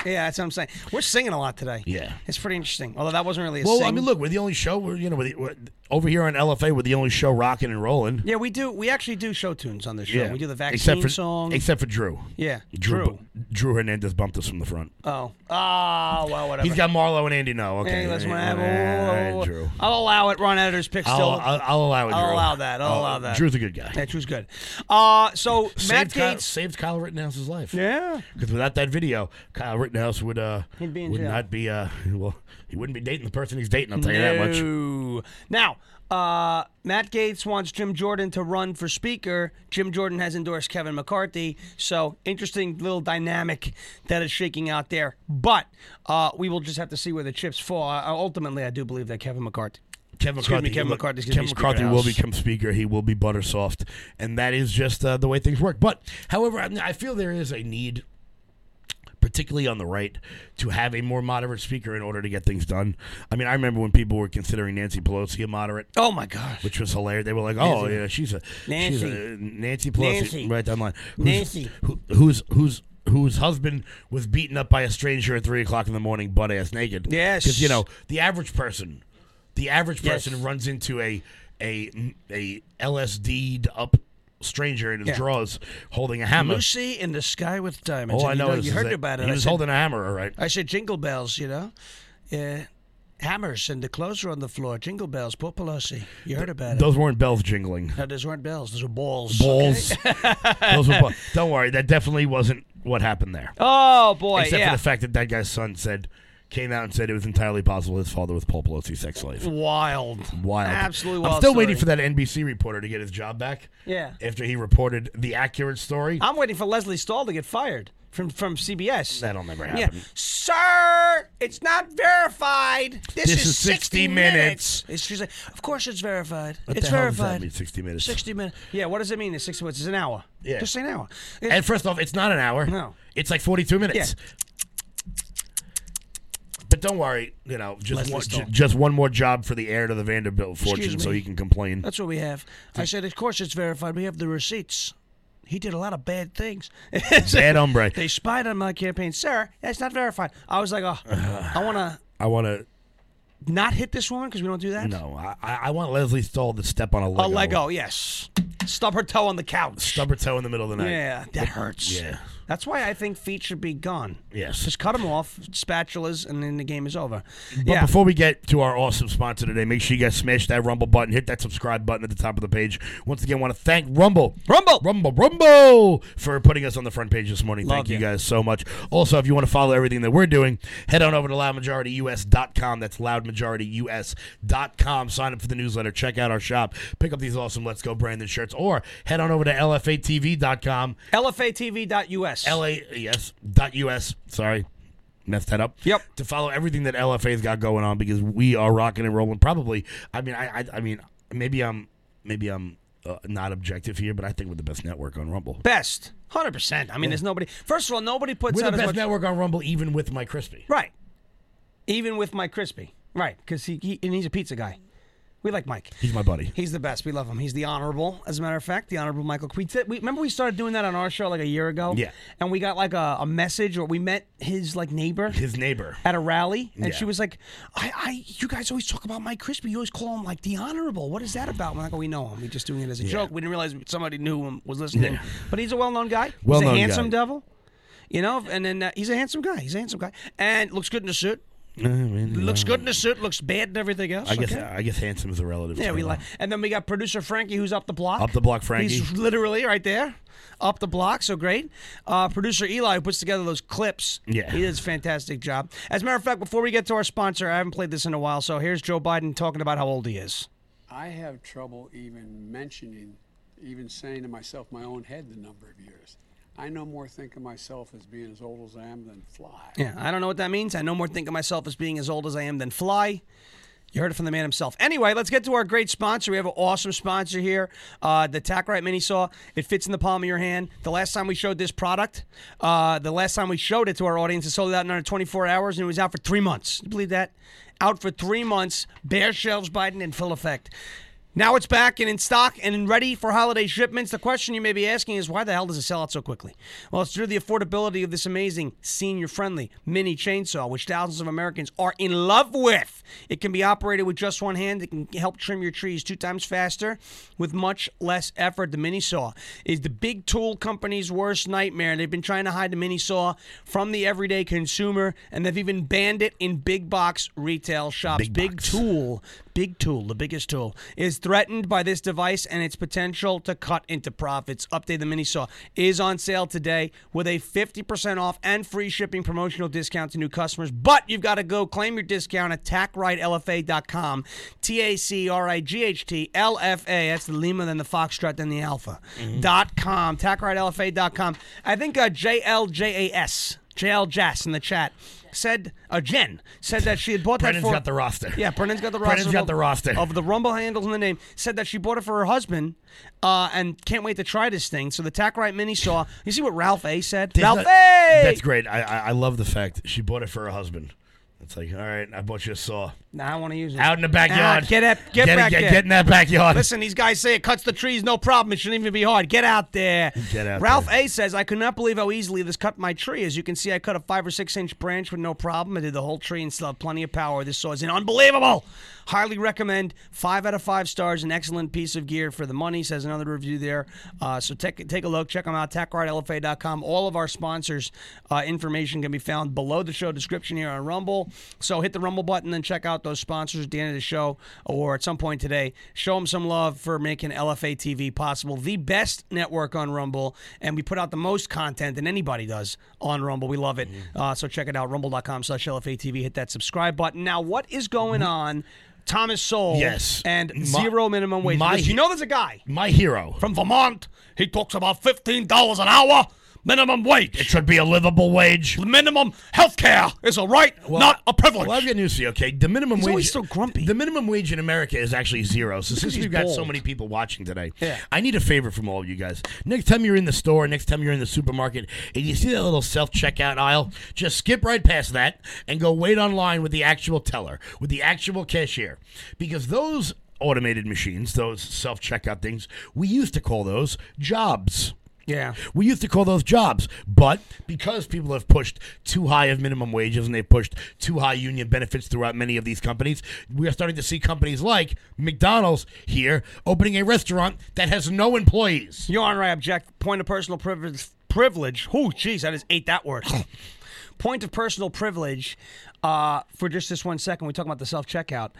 Speaker 1: Yeah, that's what I'm saying. We're singing a lot today.
Speaker 2: Yeah.
Speaker 1: it's pretty interesting. Although that wasn't really a
Speaker 2: well,
Speaker 1: sing.
Speaker 2: I mean, look, we're the only show. We're you know, we're the, we're- over here on LFA, we're the only show rocking and rolling.
Speaker 1: yeah, we do. We actually do show tunes on this show. We do the vaccine
Speaker 2: except for,
Speaker 1: song.
Speaker 2: except for Drew.
Speaker 1: yeah,
Speaker 2: Drew,
Speaker 1: Drew.
Speaker 2: bu- Drew Hernandez bumped us from the front.
Speaker 1: Oh. Ah, well, whatever.
Speaker 2: He's got Marlo and Andy. No, okay.
Speaker 1: Hey, let's
Speaker 2: All
Speaker 1: have-
Speaker 2: right,
Speaker 1: oh,
Speaker 2: Drew.
Speaker 1: I'll allow it. Ron Editor's pick
Speaker 2: I'll,
Speaker 1: still.
Speaker 2: I'll, I'll allow it.
Speaker 1: I'll
Speaker 2: Drew.
Speaker 1: allow that. I'll
Speaker 2: Oh,
Speaker 1: allow that.
Speaker 2: Drew's a good guy.
Speaker 1: That Drew's good. Uh, so Matt
Speaker 2: saved Kyle,
Speaker 1: Gates.
Speaker 2: saved Kyle Rittenhouse's life.
Speaker 1: Yeah.
Speaker 2: Because without that video, Kyle Rittenhouse would uh
Speaker 1: He'd be in
Speaker 2: would
Speaker 1: jail.
Speaker 2: not be uh well he wouldn't be dating the person he's dating. I'll tell you that much.
Speaker 1: No. Now, uh, Matt Gates wants Jim Jordan to run for speaker. Jim Jordan has endorsed Kevin McCarthy. So, interesting little dynamic that is shaking out there. But uh, we will just have to see where the chips fall. Uh, ultimately, I do believe that Kevin McCarthy.
Speaker 2: Kevin
Speaker 1: Excuse me, Kevin
Speaker 2: look,
Speaker 1: McCarthy's gonna
Speaker 2: Kevin
Speaker 1: be Speaker
Speaker 2: McCarthy will
Speaker 1: House.
Speaker 2: become speaker. He will be butter soft, and that is just uh, the way things work. But however, I, mean, I feel there is a need, particularly on the right, to have a more moderate speaker in order to get things done. I mean, I remember when people were considering Nancy Pelosi a moderate.
Speaker 1: Oh, my gosh.
Speaker 2: which was hilarious. They were like, "Oh,
Speaker 1: Nancy.
Speaker 2: yeah, she's a she's
Speaker 1: Nancy.
Speaker 2: a Nancy Pelosi,
Speaker 1: Nancy.
Speaker 2: right down the line. Who's,
Speaker 1: Nancy.
Speaker 2: who, who's who's whose husband was beaten up by a stranger at three o'clock in the morning, butt ass naked.
Speaker 1: Yes.
Speaker 2: because you know the average person, the average
Speaker 1: Yes.
Speaker 2: person runs into a a a LSD'd up stranger in his
Speaker 1: Yeah.
Speaker 2: drawers holding a hammer.
Speaker 1: Lucy in the sky with diamonds.
Speaker 2: All
Speaker 1: And
Speaker 2: Oh, I know,
Speaker 1: you,
Speaker 2: is,
Speaker 1: you
Speaker 2: is
Speaker 1: heard
Speaker 2: that
Speaker 1: about it.
Speaker 2: He
Speaker 1: I
Speaker 2: was
Speaker 1: said,
Speaker 2: holding a hammer, all right.
Speaker 1: I said jingle bells, you know, uh, hammers, and the clothes are on the floor. Jingle bells, Paul Pelosi. You heard about it.
Speaker 2: Those weren't bells jingling.
Speaker 1: No, those weren't bells. Those were balls.
Speaker 2: Balls. Those were balls. Don't worry, that definitely wasn't what happened there.
Speaker 1: Oh boy,
Speaker 2: Except
Speaker 1: yeah.
Speaker 2: for the fact that that guy's son said, came out and said it was entirely possible his father was Paul Pelosi's sex slave.
Speaker 1: wild.
Speaker 2: Wild.
Speaker 1: Absolutely wild.
Speaker 2: I'm still waiting for
Speaker 1: story.
Speaker 2: that NBC reporter to get his job back.
Speaker 1: Yeah.
Speaker 2: After he reported the accurate story.
Speaker 1: I'm waiting for Leslie Stahl to get fired from from CBS.
Speaker 2: That'll never
Speaker 1: yeah,
Speaker 2: happen.
Speaker 1: sir, it's not verified. This,
Speaker 2: This
Speaker 1: is
Speaker 2: is 60 minutes.
Speaker 1: It's- She's like, of course it's verified.
Speaker 2: What
Speaker 1: it's
Speaker 2: the hell does
Speaker 1: verified.
Speaker 2: that mean, 60 minutes?
Speaker 1: 60 minutes. Yeah, what does it mean? It's 60 minutes. It's an hour.
Speaker 2: Yeah.
Speaker 1: Just say an hour. It's-
Speaker 2: And first off, it's not an hour.
Speaker 1: No.
Speaker 2: It's like 42 minutes. But don't worry, you know, just
Speaker 1: Leslie
Speaker 2: one,
Speaker 1: Stahl.
Speaker 2: ju- just one more job for the heir to the Vanderbilt fortune
Speaker 1: Excuse
Speaker 2: so
Speaker 1: me.
Speaker 2: he can complain.
Speaker 1: That's what we have. I said, of course it's verified. We have the receipts. He did a lot of bad things.
Speaker 2: Bad hombre.
Speaker 1: they spied on my campaign. Sir, that's not verified. I was like, oh, I want to
Speaker 2: I want to.
Speaker 1: not hit this woman because we don't do that.
Speaker 2: No, I, I I want Leslie Stahl to step on a Lego.
Speaker 1: A Lego, yes. Stub her toe on the couch.
Speaker 2: Stub her toe in the middle of the night.
Speaker 1: Yeah, that hurts.
Speaker 2: Yeah.
Speaker 1: That's why I think feet should be gone.
Speaker 2: Yes.
Speaker 1: Just cut them off, spatulas, and then the game is over.
Speaker 2: But
Speaker 1: yeah.
Speaker 2: before we get to our awesome sponsor today, make sure you guys smash that Rumble button, hit that subscribe button at the top of the page. Once again, want to thank Rumble,
Speaker 1: Rumble!
Speaker 2: Rumble, Rumble for putting us on the front page this morning.
Speaker 1: Love
Speaker 2: thank you
Speaker 1: ya.
Speaker 2: guys so much. Also, if you want to follow everything that we're doing, head on over to loudmajorityus.com. That's loudmajorityus.com. Sign up for the newsletter, check out our shop, pick up these awesome Let's Go branded shirts, or head on over to lfatv.com.
Speaker 1: LFATV.us.
Speaker 2: LAES dot US. Sorry. Messed that up.
Speaker 1: Yep.
Speaker 2: To follow everything that LFA's got going on because we are rocking and rolling. Probably. I mean, I, I, I mean, maybe I'm, maybe I'm uh, not objective here, but I think we're the best network on Rumble.
Speaker 1: Best. 100%. I mean, there's nobody. First of all, nobody puts
Speaker 2: We're
Speaker 1: out
Speaker 2: the
Speaker 1: as
Speaker 2: best
Speaker 1: much.
Speaker 2: network on Rumble, even with my crispy.
Speaker 1: Right. Even with Mike Crispy. Right. Because he, he, and he's a pizza guy. We like Mike.
Speaker 2: He's my buddy.
Speaker 1: He's the best. We love him. He's the honorable, as a matter of fact, the honorable Michael. We, did- we remember we started doing that on our show like a year ago.
Speaker 2: Yeah.
Speaker 1: and we got like a, a message, or we met his like neighbor
Speaker 2: His neighbor.
Speaker 1: at a rally, and
Speaker 2: Yeah.
Speaker 1: she was like, "I, I, you guys always talk about Mike Crispy. You always call him like the honorable. What is that about?" We're like, "Oh, we know him. We just doing it as a joke. We didn't realize somebody knew him was listening.
Speaker 2: Yeah.
Speaker 1: But he's a well-known guy. he's a
Speaker 2: Well-known guy.
Speaker 1: handsome devil, you know. And then uh, he's a handsome guy. He's a handsome guy, and looks good in a suit. Looks good in a suit. Looks bad in everything else.
Speaker 2: I guess.
Speaker 1: okay?
Speaker 2: I guess handsome is a relative.
Speaker 1: Yeah, we
Speaker 2: term.
Speaker 1: like. And then we got producer Frankie, who's up the block.
Speaker 2: Up the block, Frankie.
Speaker 1: He's literally right there, up the block. So great. Uh, producer Eli who puts together those clips.
Speaker 2: Yeah.
Speaker 1: he does a fantastic job. As a matter of fact, before we get to our sponsor, I haven't played this in a while. So here's Joe Biden talking about how old he is.
Speaker 3: I have trouble even mentioning, even saying to myself in my own head the number of years. I no more think of myself as being as old as I am than fly.
Speaker 1: Yeah, I don't know what that means. I no more think of myself as being as old as I am than fly. You heard it from the man himself. Anyway, let's get to our great sponsor. We have an awesome sponsor here. Uh, the Tacrite Mini Saw. It fits in the palm of your hand. The last time we showed this product, uh, the last time we showed it to our audience, it sold out in under 24 hours and it was out for three months. You believe that? Out for three months. Bare shelves, Biden, in full effect. Now it's back and in stock and ready for holiday shipments. The question you may be asking is why the hell does it sell out so quickly? Well, it's through the affordability of this amazing senior friendly mini chainsaw, which thousands of Americans are in love with. It can be operated with just one hand, it can help trim your trees two times faster with much less effort. The mini saw is the big tool company's worst nightmare. They've been trying to hide the mini saw from the everyday consumer, and they've even banned it in big box retail shops.
Speaker 2: Big box.
Speaker 1: tool tool, big tool, the biggest tool, is threatened by this device and its potential to cut into profits. Update the mini saw is on sale today with a 50% off and free shipping promotional discount to new customers. But you've got to go claim your discount at tacritelfa.com. T A C R I G H T L F A. That's the Lima, then the Foxtrot, then the Alpha.
Speaker 2: Mm-hmm.
Speaker 1: Dot com. Tacritelfa.com. I think uh, J L J A S. JL Jass in the chat said, uh, Jen said that she had bought that
Speaker 2: Brennan's
Speaker 1: for.
Speaker 2: got the roster.
Speaker 1: Yeah, Brennan's got the roster.
Speaker 2: Brennan's got
Speaker 1: of-
Speaker 2: the roster.
Speaker 1: of the Rumble handles in the name. Said that she bought it for her husband, uh, and can't wait to try this thing. So the Tacrite Mini saw. You see what Ralph A said?
Speaker 2: There's
Speaker 1: Ralph
Speaker 2: no-
Speaker 1: A.
Speaker 2: That's great. I, I I love the fact she bought it for her husband. It's like, all right, I bought you a saw.
Speaker 1: Nah, I want to use it.
Speaker 2: Out in the backyard.
Speaker 1: Nah, get up, get,
Speaker 2: it-
Speaker 1: back
Speaker 2: get,
Speaker 1: there.
Speaker 2: get in that backyard.
Speaker 1: Listen, these guys say it cuts the trees, no problem. It shouldn't even be hard. Get out there.
Speaker 2: Get out
Speaker 1: Ralph
Speaker 2: there.
Speaker 1: A says, I could not believe how easily this cut my tree. As you can see, I cut a five or six inch branch with no problem. I did the whole tree and still have plenty of power. This saw is an unbelievable. Highly recommend. Five out of five stars. An excellent piece of gear for the money, says another review there. Uh, so take, take a look. Check them out. TackRideLFA.com. All of our sponsors' uh, information can be found below the show description here on Rumble. So hit the Rumble button and check out those sponsors at the end of the show or at some point today. Show them some love for making LFA TV possible, the best network on Rumble, and we put out the most content than anybody does on Rumble. We love it.
Speaker 2: Mm-hmm.
Speaker 1: Uh, so check it out, rumble.com slash LFA TV. Hit that subscribe button. Now, what is going on, Thomas Sowell
Speaker 2: Mm-hmm. Yes.
Speaker 1: and
Speaker 2: My-
Speaker 1: zero minimum wage?
Speaker 2: my-
Speaker 1: Because you know there's a guy
Speaker 2: My hero.
Speaker 1: from Vermont. He talks about $15 an hour minimum
Speaker 2: It
Speaker 1: wage.
Speaker 2: should be a livable wage.
Speaker 1: Minimum health care is a right, not a privilege.
Speaker 2: Well, I've got news for you. Okay, the minimum wage.
Speaker 1: always so grumpy.
Speaker 2: The minimum wage in America is actually zero. So since
Speaker 1: he's
Speaker 2: we've got so
Speaker 1: bald.
Speaker 2: many people watching today,
Speaker 1: Yeah.
Speaker 2: I need a favor from all of you guys. Next time you're in the store, next time you're in the supermarket, and you see that little self checkout aisle, just skip right past that and go wait online with the actual teller, with the actual cashier, because those automated machines, those self checkout things, we used to call those jobs.
Speaker 1: yeah.
Speaker 2: We used to call those jobs, but because people have pushed too high of minimum wages and they've pushed too high union benefits throughout many of these companies, we are starting to see companies like McDonald's here opening a restaurant that has no employees.
Speaker 1: Your Honor, I object. Point of personal privilege. Privilege. Oh, jeez, I just ate that word. Point of personal privilege. Uh, for just this one second, we talk about the self checkout.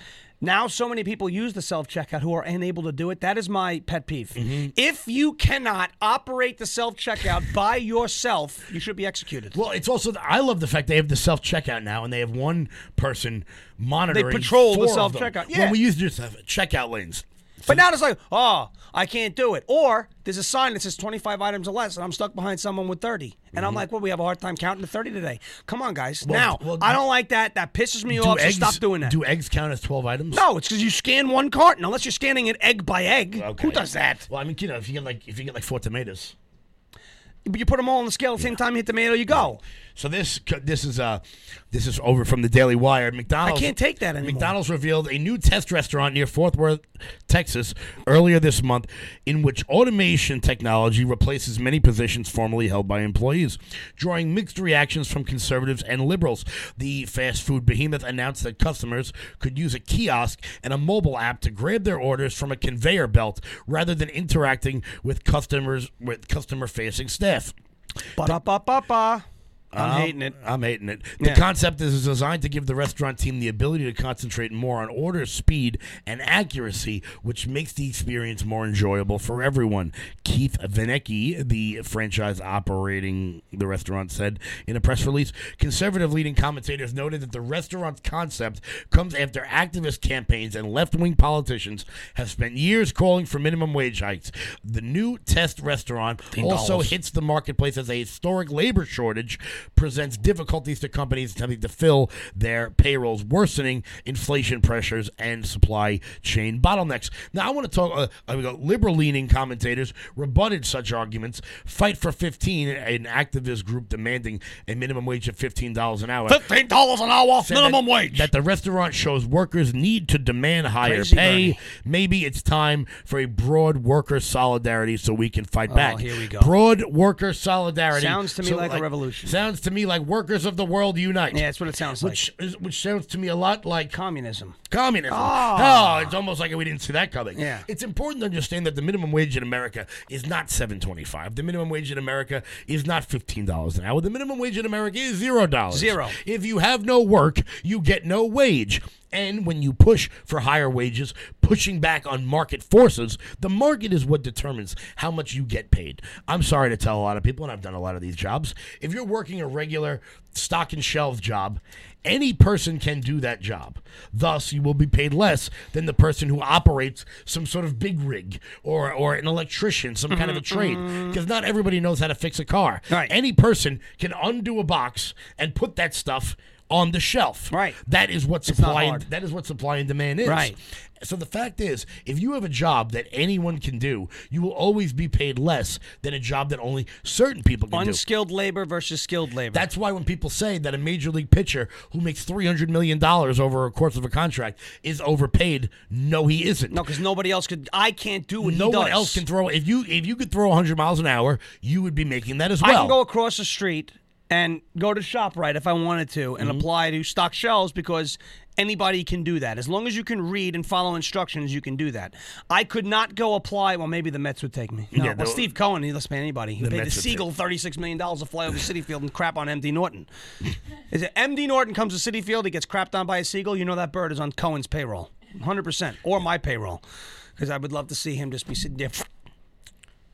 Speaker 1: Now, so many people use the self checkout who are unable to do it. That is my pet peeve.
Speaker 2: Mm-hmm.
Speaker 1: If you cannot operate the self checkout by yourself, you should be executed.
Speaker 2: Well, it's also I love the fact they have the self checkout now, and they have one person monitoring.
Speaker 1: patrol the
Speaker 2: four of them.
Speaker 1: self-checkout, yeah.
Speaker 2: When we used to just have checkout lanes,
Speaker 1: But now it's like, oh, I can't do it. Or there's a sign that says 25 items or less, and I'm stuck behind someone with 30. And I'm like, well, we have a hard time counting to 30 today. Come on, guys. now,
Speaker 2: Mm-hmm. well,
Speaker 1: I don't like that. That pisses me
Speaker 2: do
Speaker 1: off.
Speaker 2: eggs
Speaker 1: so stop doing that.
Speaker 2: Do eggs count as twelve items?
Speaker 1: no, it's because you scan one carton, unless you're scanning it egg by egg.
Speaker 2: Okay.
Speaker 1: Who does that?
Speaker 2: Well, I mean, you know, if you get like if you get like four tomatoes.
Speaker 1: But you put them all on the scale at the same time you hit tomato, you go.
Speaker 2: So this this is uh this is over from the Daily Wire. McDonald's
Speaker 1: I can't take that anymore.
Speaker 2: McDonald's revealed a new test restaurant near Fort Worth, Texas, earlier this month, in which automation technology replaces many positions formerly held by employees, drawing mixed reactions from conservatives and liberals. The fast food behemoth announced that customers could use a kiosk and a mobile app to grab their orders from a conveyor belt rather than interacting with customers with customer-facing staff.
Speaker 1: Ba-da-ba-ba-ba. I'm hating it.
Speaker 2: I'm hating it. The
Speaker 1: Yeah.
Speaker 2: concept is designed to give the restaurant team the ability to concentrate more on order speed and accuracy, which makes the experience more enjoyable for everyone. Keith Venecki, the franchise operating the restaurant, said in a press release. Conservative leading commentators noted that the restaurant's concept comes after activist campaigns and left wing politicians have spent years calling for minimum wage hikes. The new test restaurant also
Speaker 1: $15.
Speaker 2: hit hits the marketplace as a historic labor shortage presents difficulties to companies attempting to fill their payrolls, worsening inflation pressures and supply chain bottlenecks. Now, I want to talk. Uh, I mean, uh, liberal-leaning commentators rebutted such arguments. Fight for 15, an activist group demanding a minimum wage of $15 an hour.
Speaker 1: $15 an hour,
Speaker 2: said that- That the restaurant shows workers need to demand higher
Speaker 1: Crazy,
Speaker 2: pay.
Speaker 1: Bernie.
Speaker 2: Maybe it's time for a broad worker solidarity so we can fight back.
Speaker 1: Oh, here we go.
Speaker 2: Broad worker solidarity.
Speaker 1: Sounds to me
Speaker 2: so,
Speaker 1: like a revolution.
Speaker 2: Sounds to me like workers of the world unite.
Speaker 1: yeah, that's what it sounds like.
Speaker 2: Which, is, which sounds to me a lot like
Speaker 1: Communism.
Speaker 2: communism. Oh. it's almost like we didn't see that coming.
Speaker 1: Ah. Yeah.
Speaker 2: It's important to understand that the minimum wage in America is not seven twenty five. The minimum wage in America is not fifteen dollars an hour. The minimum wage in America is zero dollars.
Speaker 1: Zero.
Speaker 2: If you have no work, you get no wage. And when you push for higher wages, pushing back on market forces, the market is what determines how much you get paid. I'm sorry to tell a lot of people, and I've done a lot of these jobs. If you're working a regular stock and shelf job, any person can do that job. Thus, you will be paid less than the person who operates some sort of big rig or, or an electrician, some kind of a trade, because not everybody knows how to fix a car.
Speaker 1: Right.
Speaker 2: Any person can undo a box and put that stuff on the shelf.
Speaker 1: Right.
Speaker 2: That is what
Speaker 1: not
Speaker 2: supply and,
Speaker 1: hard.
Speaker 2: that is what supply and demand is.
Speaker 1: Right.
Speaker 2: So the fact is, if you have a job that anyone can do, you will always be paid less than a job that only certain people can do.
Speaker 1: Unskilled labor versus skilled labor.
Speaker 2: That's why when people say that a major league pitcher who makes three hundred million dollars over a course of a contract is overpaid, no, he isn't.
Speaker 1: no, because nobody else could. I can't do what he
Speaker 2: no
Speaker 1: does.
Speaker 2: one else can throw. If you if you could throw hundred miles an hour, you would be making that as well.
Speaker 1: I can go across the street and go to ShopRite if I wanted to and
Speaker 2: Mm-hmm.
Speaker 1: apply to stock shelves because anybody can do that. As long as you can read and follow instructions, you can do that. I could not go apply. Well, maybe the Mets would take me. No,
Speaker 2: Yeah,
Speaker 1: well,
Speaker 2: the-
Speaker 1: Steve Cohen, he doesn't pay anybody. He
Speaker 2: The
Speaker 1: paid
Speaker 2: Mets
Speaker 1: the
Speaker 2: would take-
Speaker 1: Siegel $36 million to fly over City Field and crap on MD Norton. Is it MD Norton comes to City Field, he gets crapped on by a Seagull? You know that bird is on Cohen's payroll. 100%. Or my payroll. Because I would love to see him just be sitting there.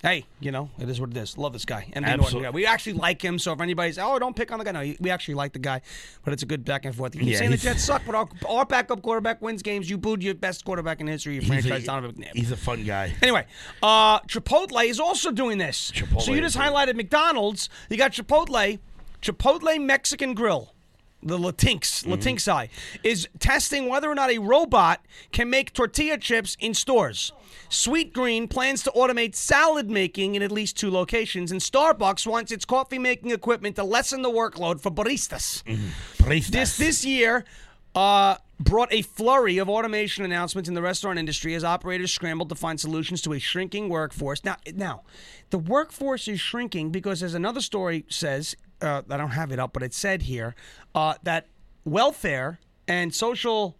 Speaker 1: Hey, you know, it is what it is. Love this guy. MD Norton
Speaker 2: Absolute-
Speaker 1: guy. We actually like him. So if anybody's, oh, don't pick on the guy. No, we actually like the guy. But it's a good back and forth. You keep
Speaker 2: Yeah,
Speaker 1: saying the
Speaker 2: he's-
Speaker 1: Jets suck, but our, our backup quarterback wins games. You booed your best quarterback in history. Your
Speaker 2: He's
Speaker 1: franchise,
Speaker 2: a,
Speaker 1: Donovan McNabb.
Speaker 2: he's a fun guy.
Speaker 1: Anyway, uh, Chipotle is also doing this.
Speaker 2: Chipotle
Speaker 1: so you just
Speaker 2: is doing-
Speaker 1: highlighted McDonald's. You got Chipotle, Chipotle Mexican Grill, the Latinx,
Speaker 2: Mm-hmm.
Speaker 1: Latinx Eye, is testing whether or not a robot can make tortilla chips in stores. Sweet Green plans to automate salad making in at least two locations, and Starbucks wants its coffee making equipment to lessen the workload for baristas.
Speaker 2: Baristas.
Speaker 1: This this year uh, brought a flurry of automation announcements in the restaurant industry as operators scrambled to find solutions to a shrinking workforce. Now, now, the workforce is shrinking because, as another story says, uh, I don't have it up, but it said here uh, that welfare and social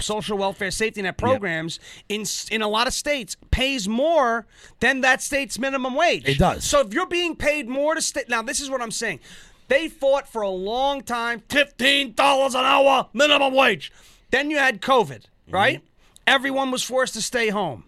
Speaker 1: social welfare safety net programs in s- in a lot of states pays more than that state's minimum wage.
Speaker 2: It does.
Speaker 1: So if you're being paid more to stay, now this is what I'm saying. They fought for a long time, fifteen dollars an hour minimum wage. Then you had COVID,
Speaker 2: Mm-hmm.
Speaker 1: right? Everyone was forced to stay home.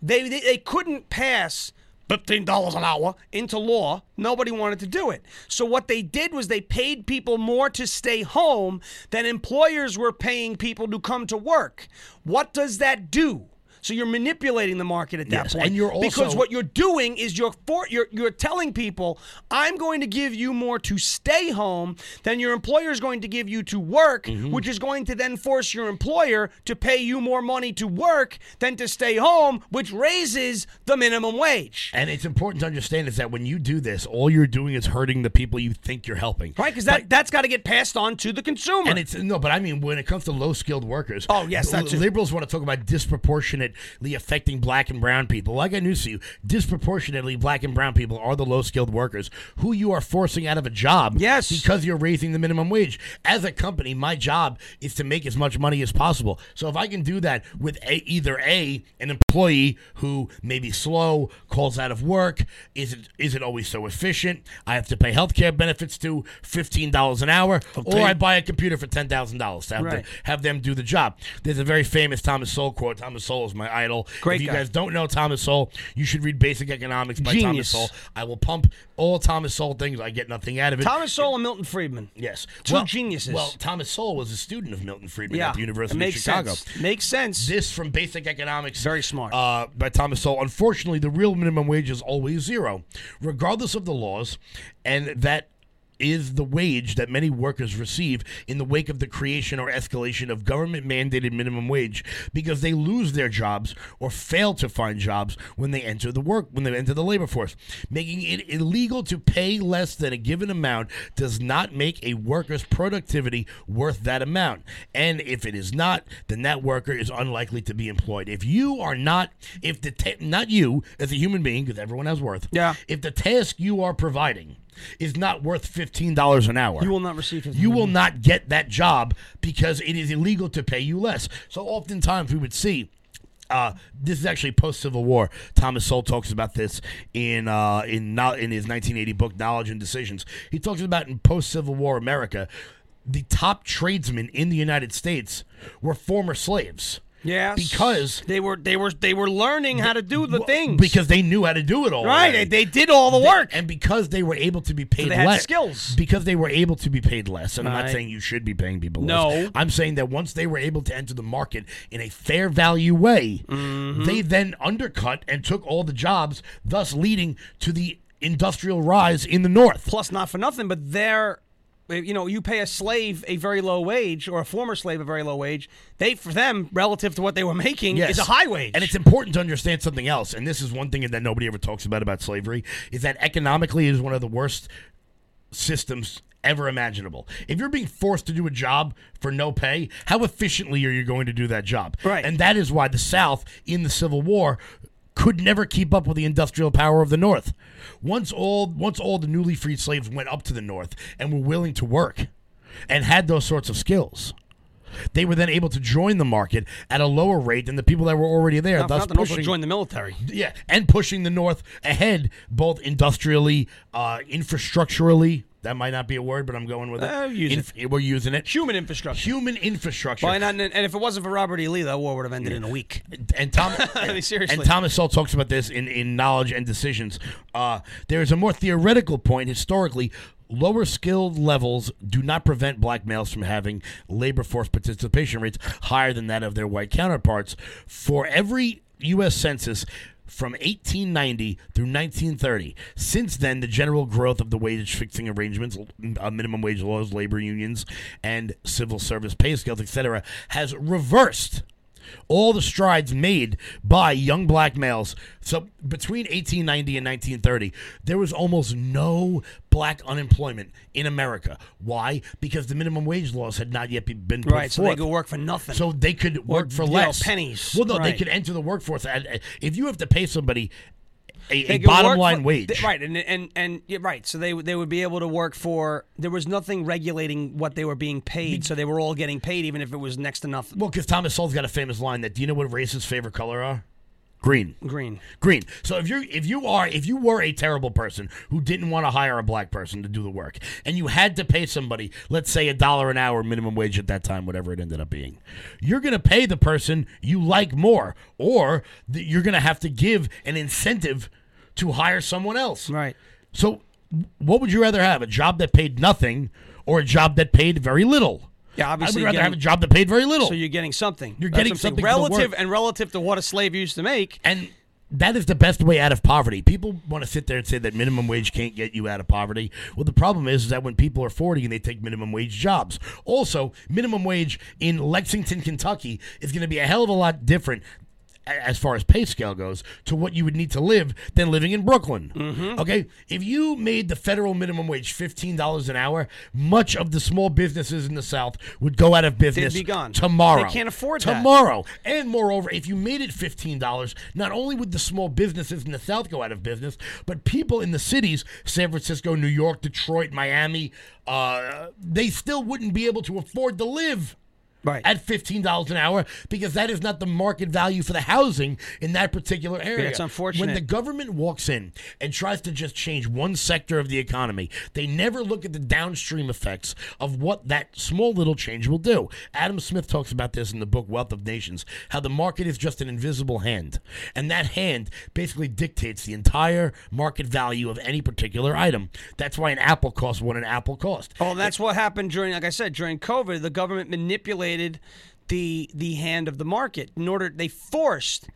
Speaker 1: They they, they couldn't pass. $15 an hour into law. Nobody wanted to do it. So, what they did was they paid people more to stay home than employers were paying people to come to work. What does that do? So, you're manipulating the market at that
Speaker 2: Yes,
Speaker 1: point.
Speaker 2: and you're
Speaker 1: because
Speaker 2: also-
Speaker 1: what you're doing is you're, for, you're you're telling people I'm going to give you more to stay home than your employer is going to give you to work,
Speaker 2: Mm-hmm.
Speaker 1: which is going to then force your employer to pay you more money to work than to stay home, which raises the minimum wage.
Speaker 2: and it's important to understand is that when you do this, all you're doing is hurting the people you think you're helping.
Speaker 1: Right? Because that, that's got to get passed on to the consumer.
Speaker 2: And it's no, but I mean when it comes to low skilled workers.
Speaker 1: Oh, yes, that's it.
Speaker 2: liberals want to talk about disproportionately affecting black and brown people. Like I knew to you, disproportionately black and brown people are the low skilled workers who you are forcing out of a job.
Speaker 1: Yes.
Speaker 2: because you're raising the minimum wage. As a company, my job is to make as much money as possible. So if I can do that with a, either a an employee who may be slow, calls out of work, isn't isn't always so efficient. I have to pay healthcare benefits to fifteen dollars an hour, or I buy a computer for ten thousand dollars to have,
Speaker 1: Right.
Speaker 2: the, have them do the job. There's a very famous Thomas Sowell quote. Thomas Sowell is my idol.
Speaker 1: Great
Speaker 2: if you
Speaker 1: guy.
Speaker 2: guys don't know Thomas Sowell, you should read Basic Economics by
Speaker 1: Genius.
Speaker 2: Thomas Sowell. I will pump all Thomas Sowell things. I get nothing out of it.
Speaker 1: Thomas Sowell and Milton Friedman.
Speaker 2: Yes.
Speaker 1: Two geniuses.
Speaker 2: Well, Thomas Sowell was a student of Milton Friedman
Speaker 1: Yeah.
Speaker 2: at the
Speaker 1: it
Speaker 2: University
Speaker 1: makes
Speaker 2: of Chicago.
Speaker 1: Sense. Makes sense.
Speaker 2: This from Basic Economics.
Speaker 1: Very smart.
Speaker 2: Uh, by Thomas Sowell. Unfortunately, the real minimum wage is always zero, regardless of the laws, and that is the wage that many workers receive in the wake of the creation or escalation of government mandated minimum wage because they lose their jobs or fail to find jobs when they enter the work when they enter the labor force making it illegal to pay less than a given amount does not make a worker's productivity worth that amount and if it is not then that worker is unlikely to be employed if you are not if the ta- not you as a human being because everyone has worth
Speaker 1: Yeah.
Speaker 2: if the task you are providing is not worth fifteen dollars an hour,
Speaker 1: You will not receive his
Speaker 2: You will not get that job because it is illegal to pay you less. So oftentimes we would see. Uh, this is actually post Civil War. Thomas Sowell talks about this in uh, in no- in his 1980 book Knowledge and Decisions. He talks about in post Civil War America, the top tradesmen in the United States were former slaves.
Speaker 1: Yes.
Speaker 2: because
Speaker 1: they were they were they were learning how to do the things.
Speaker 2: because they knew how to do it all
Speaker 1: right, they,
Speaker 2: already.
Speaker 1: they did all the
Speaker 2: They-
Speaker 1: work.
Speaker 2: and because they were able to be paid
Speaker 1: they had
Speaker 2: less
Speaker 1: skills.
Speaker 2: because they were able to be paid less and i'm
Speaker 1: Right.
Speaker 2: not saying you should be paying people
Speaker 1: No.
Speaker 2: less i'm saying that once they were able to enter the market in a fair value way
Speaker 1: Mm-hmm.
Speaker 2: they then undercut and took all the jobs thus leading to the industrial rise in the north
Speaker 1: Plus, not for nothing, but their you know, you pay a slave a very low wage or a former slave a very low wage. They, for them, relative to what they were making,
Speaker 2: Yes.
Speaker 1: is a high wage.
Speaker 2: And it's important to understand something else. And this is one thing that nobody ever talks about about slavery is that economically it is one of the worst systems ever imaginable. If you're being forced to do a job for no pay, how efficiently are you going to do that job?
Speaker 1: Right.
Speaker 2: And that is why the South in the Civil War could never keep up with the industrial power of the North. Once all once all the newly freed slaves went up to the North and were willing to work and had those sorts of skills. They were then able to join the market at a lower rate than the people that were already there,
Speaker 1: not, for
Speaker 2: thus
Speaker 1: nothing, also
Speaker 2: pushing
Speaker 1: join the military.
Speaker 2: yeah, and pushing the North ahead both industrially, uh, infrastructurally. That might not be a word, but I'm going with it.
Speaker 1: Uh, use
Speaker 2: We're using it.
Speaker 1: Human infrastructure.
Speaker 2: Human infrastructure.
Speaker 1: Why not? And if it wasn't for Robert E. Lee, that war would have ended in a week.
Speaker 2: and Tom
Speaker 1: I mean, seriously.
Speaker 2: and Thomas Sowell talks about this in, in knowledge and decisions. Uh, there is a more theoretical point historically. Lower skilled levels do not prevent black males from having labor force participation rates higher than that of their white counterparts. For every U.S. census from 1890 through 1930, since then, the general growth of the wage fixing arrangements, uh, minimum wage laws, labor unions, and civil service pay scales, etc., has reversed all the strides made by young black males. So between 1890 and 1930, there was almost no black unemployment in America. Why? Because the minimum wage laws had not yet be- been put
Speaker 1: Right. So they
Speaker 2: forth.
Speaker 1: go work for nothing.
Speaker 2: So they could work for
Speaker 1: you know,
Speaker 2: less
Speaker 1: pennies.
Speaker 2: Well, no, they
Speaker 1: Right.
Speaker 2: could enter the workforce. At, at- if you have to pay somebody a,
Speaker 1: They
Speaker 2: a
Speaker 1: could work
Speaker 2: bottom line
Speaker 1: for-
Speaker 2: wage,
Speaker 1: th- right? And and and yeah, right. So they they would be able to work for. There was nothing regulating what they were being paid, so they were all getting paid, even if it was next to nothing.
Speaker 2: Well, because Thomas Sowell's got a famous line that do you know what race's favorite color are? Green.
Speaker 1: Green.
Speaker 2: Green. So if you if you are if you were a terrible person who didn't want to hire a black person to do the work, and you had to pay somebody, let's say a dollar an hour minimum wage at that time, whatever it ended up being, you're gonna pay the person you like more, or th- you're gonna have to give an incentive to hire someone else.
Speaker 1: Right.
Speaker 2: So, what would you rather have? A job that paid nothing, or a job that paid very little?
Speaker 1: Yeah, obviously
Speaker 2: I would rather
Speaker 1: getting-
Speaker 2: have a job that paid very little.
Speaker 1: So you're getting something.
Speaker 2: You're
Speaker 1: That's
Speaker 2: getting
Speaker 1: what I'm saying.
Speaker 2: something for the
Speaker 1: relative
Speaker 2: work.
Speaker 1: and relative to what a slave used to make.
Speaker 2: And that is the best way out of poverty. People want to sit there and say that minimum wage can't get you out of poverty. Well, the problem is, is that when people are 40 and they take minimum wage jobs. Also, minimum wage in Lexington, Kentucky is going to be a hell of a lot different a- as far as pay scale goes to what you would need to live than living in Brooklyn.
Speaker 1: Mm-hmm.
Speaker 2: Okay? If you made the federal minimum wage $15 an hour, much of the small businesses in the South would go out of business
Speaker 1: be gone.
Speaker 2: tomorrow.
Speaker 1: They can't afford that.
Speaker 2: tomorrow tomorrow. And moreover, if you made it fifteen dollars, not only would the small businesses in the South go out of business, but people in the cities, San Francisco, New York, Detroit, Miami, uh, they still wouldn't be able to afford to live.
Speaker 1: Right.
Speaker 2: At fifteen dollars an hour, because that is not the market value for the housing in that particular area.
Speaker 1: it's unfortunate.
Speaker 2: When the government walks in and tries to just change one sector of the economy, they never look at the downstream effects of what that small little change will do. Adam Smith talks about this in the book Wealth of Nations how the market is just an invisible hand. And that hand basically dictates the entire market value of any particular item. That's why an apple costs what an apple cost.
Speaker 1: Well, that's what happened during, like I said, during COVID. The government manipulated the the hand of the market in order they forced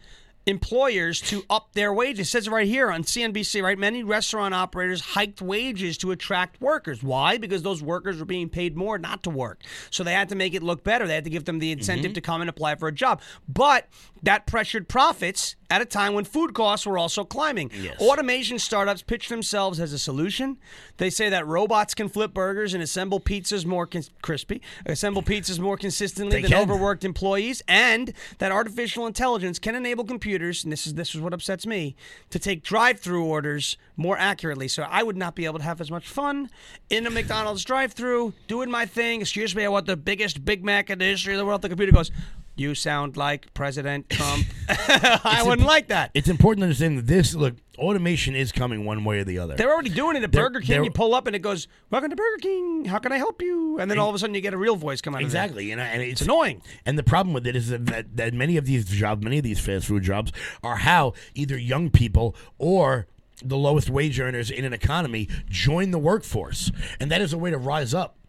Speaker 1: employers to up their wages. It says it right here on CNBC. Right, many restaurant operators hiked wages to attract workers. Why? Because those workers were being paid more not to work, so they had to make it look better. They had to give them the incentive to come and apply for a job. But that pressured profits at a time when food costs were also climbing. Automation startups pitch themselves as a solution. They say that robots can flip burgers and assemble pizzas more cons- crispy, assemble pizzas more consistently
Speaker 2: They
Speaker 1: than
Speaker 2: can.
Speaker 1: overworked employees, and that artificial intelligence can enable computers. And this is this is what upsets me to take drive-through orders more accurately. So I would not be able to have as much fun in a McDonald's drive-through doing my thing. Excuse me, I want the biggest Big Mac in the history of the world. The computer goes. You sound like President Trump. I wouldn't like that.
Speaker 2: It's important to understand that this look, automation is coming one way or the other.
Speaker 1: They're already doing it at
Speaker 2: They're-
Speaker 1: Burger King.
Speaker 2: they're-
Speaker 1: You pull up and it goes, "Welcome to Burger King. How can I help you?" And then all of a sudden you get a real voice come out of
Speaker 2: Exactly, and, I- and it's,
Speaker 1: It's annoying.
Speaker 2: And the problem with it is that, that that many of these jobs, many of these fast food jobs, are how either young people or the lowest wage earners in an economy join the workforce, and that is a way to rise up.
Speaker 1: there.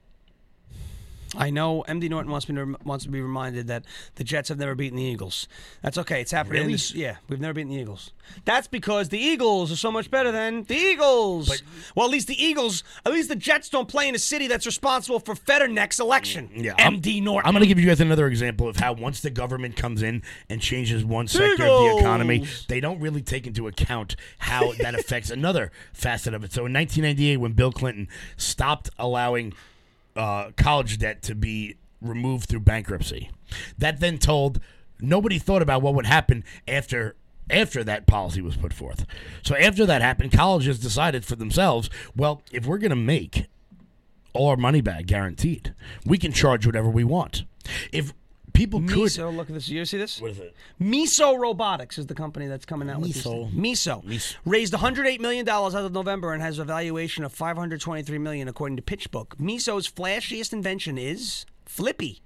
Speaker 1: I know MD Norton wants me to wants to be reminded that the Jets have never beaten the Eagles. That's okay. It's happening.
Speaker 2: Really?
Speaker 1: yeah, we've never beaten the Eagles. That's because the Eagles are so much better than the Eagles. well, at least the Eagles, at least the Jets don't play in a city that's responsible for Fetterneck's election.
Speaker 2: Yeah, I'm-
Speaker 1: MD Norton.
Speaker 2: I'm going to give you guys another example of how once the government comes in and changes one sector of the economy,
Speaker 1: Eagles.
Speaker 2: they don't really take into account how that affects another facet of it. So in 1998, when Bill Clinton stopped allowing uh, college debt to be removed through bankruptcy, that then told nobody thought about what would happen after. After that policy was put forth. So, after that happened, colleges decided for themselves well, if we're going to make all our money back guaranteed. We can charge whatever we want. If people could
Speaker 1: Miso, look at this. You see this?
Speaker 2: what is it?
Speaker 1: Miso Robotics is the company that's coming out with these.
Speaker 2: Miso.
Speaker 1: things. Miso.
Speaker 2: Miso.
Speaker 1: raised 108 million dollars out of November and has a valuation of 523 million according to PitchBook. Miso's flashiest invention is Flippy.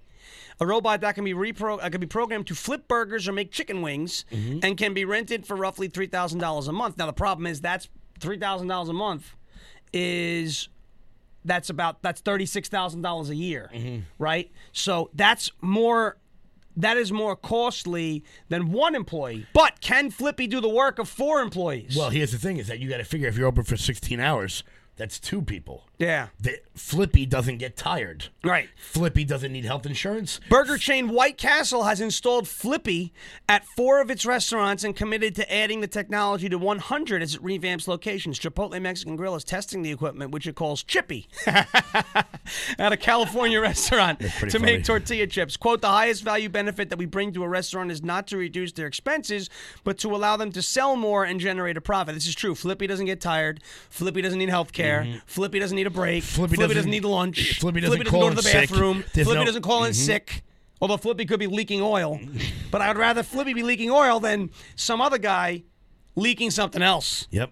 Speaker 1: A robot that can be repro- uh, can be programmed to flip burgers or make chicken wings and can be rented for roughly $3,000 a month. Now the problem is that's $3,000 a month is that's about that's thirty six thousand dollars a year, right? So that's more. That is more costly than one employee. But can Flippy do the work of four employees?
Speaker 2: Well, here's the thing: is that you got to figure if you're open for 16 hours, that's two people.
Speaker 1: yeah,
Speaker 2: That Flippy doesn't get tired.
Speaker 1: right.
Speaker 2: Flippy doesn't need health insurance.
Speaker 1: Burger chain White Castle has installed Flippy at four of its restaurants and committed to adding the technology to 100 as it revamps locations. Chipotle Mexican Grill is testing the equipment, which it calls Chippy, at a California restaurant to
Speaker 2: pretty
Speaker 1: make
Speaker 2: funny.
Speaker 1: tortilla chips. Quote The highest value benefit that we bring to a restaurant is not to reduce their expenses, but to allow them to sell more and generate a profit. This is true. Flippy doesn't get tired. Flippy doesn't need health care.
Speaker 2: Mm-hmm.
Speaker 1: Flippy doesn't need a break. Flippy, doesn't,
Speaker 2: doesn't-
Speaker 1: need lunch.
Speaker 2: Flippy doesn't
Speaker 1: go
Speaker 2: call
Speaker 1: to the
Speaker 2: in sick.
Speaker 1: bathroom.
Speaker 2: There's
Speaker 1: Flippy
Speaker 2: no- Mm-hmm.
Speaker 1: doesn't call in sick. Although Flippy could be leaking oil, but I would rather Flippy be leaking oil than some other guy leaking something else.
Speaker 2: Yep.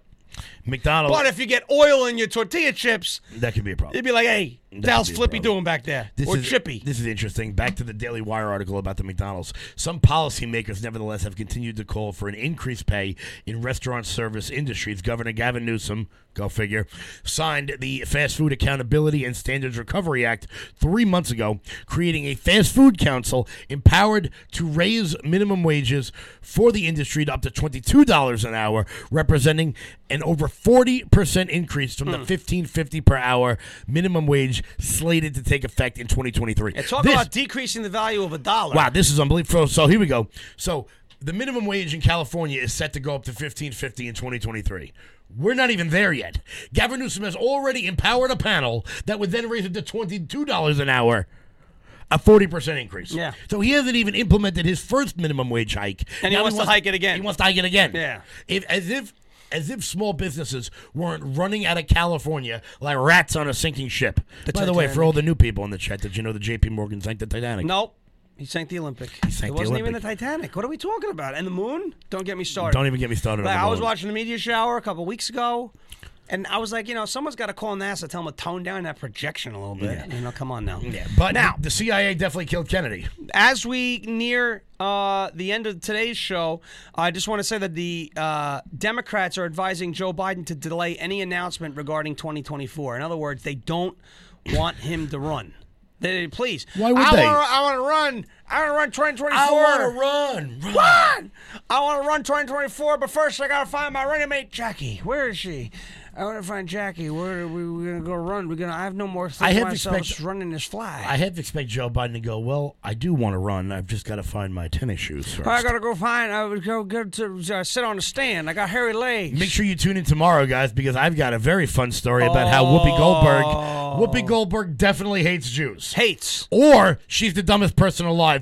Speaker 2: McDonald's.
Speaker 1: But if you get oil in your tortilla chips,
Speaker 2: that could be a problem.
Speaker 1: you'd be like, "Hey, how's
Speaker 2: be a
Speaker 1: Flippy
Speaker 2: problem.
Speaker 1: doing back there?"
Speaker 2: This
Speaker 1: or
Speaker 2: is,
Speaker 1: Chippy.
Speaker 2: This is interesting. Back to the Daily Wire article about the McDonald's. Some policymakers, nevertheless, have continued to call for an increased pay in restaurant service industries. Governor Gavin Newsom, go figure, signed the Fast Food Accountability and Standards Recovery Act three months ago, creating a fast food council empowered to raise minimum wages for the industry to up to $22 an hour, representing an over 40% increase from the
Speaker 1: Hmm.
Speaker 2: 15.50 per hour minimum wage slated to take effect in 2023.
Speaker 1: And talk
Speaker 2: This-
Speaker 1: about decreasing the value of a dollar.
Speaker 2: Wow, this is unbelievable. So here we go. So the minimum wage in California is set to go up to fifteen fifty in twenty twenty three. We're not even there yet. Gavin Newsom has already empowered a panel that would then raise it to twenty two dollars an hour. A forty percent increase.
Speaker 1: Yeah.
Speaker 2: So he hasn't even implemented his first minimum wage hike,
Speaker 1: And he wants to hike it again.
Speaker 2: He wants to hike it again.
Speaker 1: Yeah.
Speaker 2: If as if as if small businesses weren't running out of California like rats on a sinking ship. By the way, for
Speaker 1: Titanic.
Speaker 2: all the new people in the chat, did you know that J.P. Morgan sank the Titanic?
Speaker 1: Nope. He sank the Olympic.
Speaker 2: sank
Speaker 1: it
Speaker 2: the
Speaker 1: wasn't even the
Speaker 2: Olympic.
Speaker 1: Titanic. What are we talking about? And the moon? Don't get me started.
Speaker 2: Don't even get me started.
Speaker 1: Like,
Speaker 2: on the
Speaker 1: I was
Speaker 2: moon.
Speaker 1: watching the media shower a couple weeks ago, and I was like, you know, someone's got to call NASA, tell them to tone down that projection a little bit. You know, come on now.
Speaker 2: Yeah, but
Speaker 1: Now-
Speaker 2: now the CIA definitely killed Kennedy.
Speaker 1: As we near uh, the end of today's show, I just want to say that the uh, Democrats are advising Joe Biden to delay any announcement regarding 2024. In other words, they don't want him to run. They, please.
Speaker 2: Why would
Speaker 1: I
Speaker 2: they?
Speaker 1: Wanna, I want to run. I want to run 2024.
Speaker 2: run, run.
Speaker 1: run! I want to run 2024, but first I gotta find my running mate, Jackie. Where is she? I want to find Jackie. Where are we, we gonna go run? We're gonna. I have no more.
Speaker 2: I
Speaker 1: I have
Speaker 2: have
Speaker 1: myself
Speaker 2: respect-
Speaker 1: just running this fly.
Speaker 2: I had to expect Joe Biden to go. Well, I do want to run. I've just got to find my tennis shoes first.
Speaker 1: I gotta go find. I would go go to uh, sit on the stand. I got hairy legs.
Speaker 2: Make sure you tune in tomorrow, guys, because I've got a very fun story about how
Speaker 1: Oh.
Speaker 2: Whoopi Goldberg. Whoopi Goldberg definitely hates Jews,
Speaker 1: hates.
Speaker 2: or she's the dumbest person alive.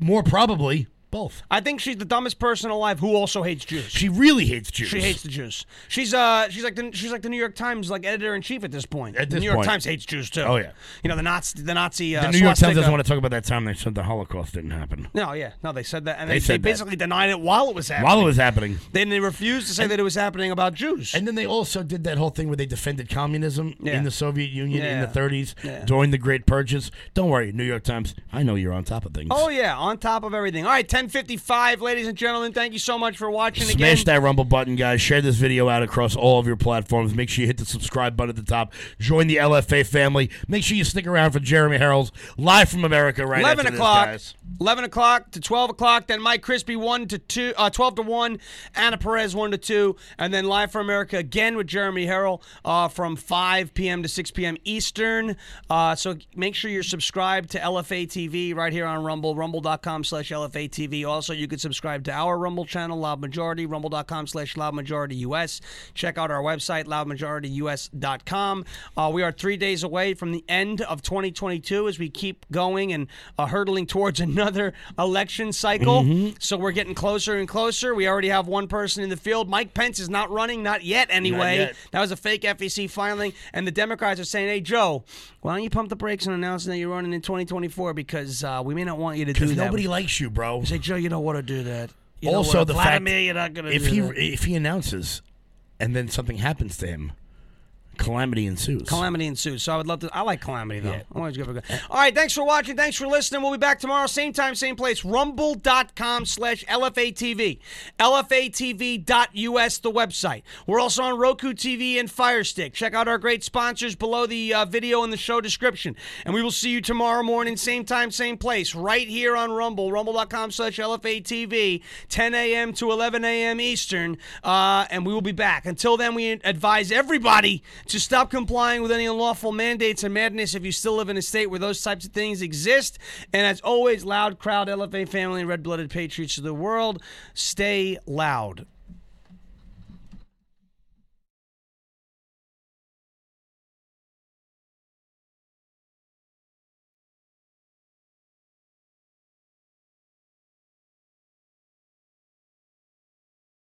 Speaker 2: More probably, both.
Speaker 1: I think she's the dumbest person alive who also hates Jews.
Speaker 2: She really hates Jews.
Speaker 1: She hates the Jews. She's uh she's like the she's like the New York Times like editor in chief at this point.
Speaker 2: At
Speaker 1: the
Speaker 2: this
Speaker 1: New York
Speaker 2: point.
Speaker 1: Times hates Jews too.
Speaker 2: Oh, yeah.
Speaker 1: You know the Nazi the Nazi. Uh,
Speaker 2: The New York Times
Speaker 1: swastika-
Speaker 2: doesn't want to talk about that time they said the Holocaust didn't happen.
Speaker 1: No, yeah, no, they said that, and they,
Speaker 2: They
Speaker 1: they,
Speaker 2: said that.
Speaker 1: basically denied it while it was happening.
Speaker 2: While it was happening,
Speaker 1: Then they refused to say that it was happening about Jews.
Speaker 2: And then they also did that whole thing where they defended communism
Speaker 1: Yeah.
Speaker 2: in the Soviet Union in
Speaker 1: Yeah.
Speaker 2: the 30s
Speaker 1: Yeah.
Speaker 2: during the Great Purges. Don't worry, New York Times, I know you're on top of things.
Speaker 1: oh yeah, on top of everything. All right, ten 10:55, ladies and gentlemen. Thank you so much for watching again.
Speaker 2: Smash that rumble button, guys. Share this video out across all of your platforms. Make sure you hit the subscribe button at the top. Join the LFA family. Make sure you stick around for Jeremy Harrell's live from America right
Speaker 1: 11
Speaker 2: after this,
Speaker 1: o'clock,
Speaker 2: guys.
Speaker 1: 11 o'clock to 12 o'clock. Then Mike Crispy 1 to 2, uh, 12 to 1, Anna Perez 1 to 2, and then Live for America again with Jeremy Harrell uh, from 5 p.m. to 6 p.m. Eastern. Uh, so make sure you're subscribed to LFA TV right here on Rumble, rumble.com slash LFA TV. Also, you can subscribe to our Rumble channel, Loud Majority, rumble.com slash Loud Majority US. Check out our website, loudmajorityus.com. Uh, we are three days away from the end of 2022 as we keep going and uh, hurtling towards another election cycle.
Speaker 2: Mm-hmm.
Speaker 1: So we're getting closer and closer. We already have one person in the field. Mike Pence is not running, not yet anyway.
Speaker 2: yet.
Speaker 1: That was a fake FEC filing. And the Democrats are saying, hey, Joe, why don't you pump the brakes on announcing that you're running in 2024 because uh, we may not want you to do that.
Speaker 2: Nobody likes you, bro.
Speaker 1: Say, Joe, you don't want to do that. You don't
Speaker 2: also
Speaker 1: wanna-
Speaker 2: the
Speaker 1: Vladimir,
Speaker 2: fact
Speaker 1: you're not gonna
Speaker 2: if
Speaker 1: do
Speaker 2: he
Speaker 1: that."
Speaker 2: if he announces and then something happens to him, calamity ensues.
Speaker 1: Calamity ensues. So I would love to. I like calamity though. I'm always good for good. All right. Thanks for watching. Thanks for listening. We'll be back tomorrow, same time, same place. Rumble.com slash LFATV. LFATV.us, the website. We're also on Roku TV and Fire Stick. Check out our great sponsors below the uh, video in the show description. And we will see you tomorrow morning, same time, same place, right here on Rumble. Rumble.com slash LFATV, 10 a.m. to 11 a.m. Eastern. Uh, and we will be back. Until then, we advise everybody to stop complying with any unlawful mandates and madness if you still live in a state where those types of things exist. And as always, loud crowd, LFA family, and red blooded patriots of the world, stay loud.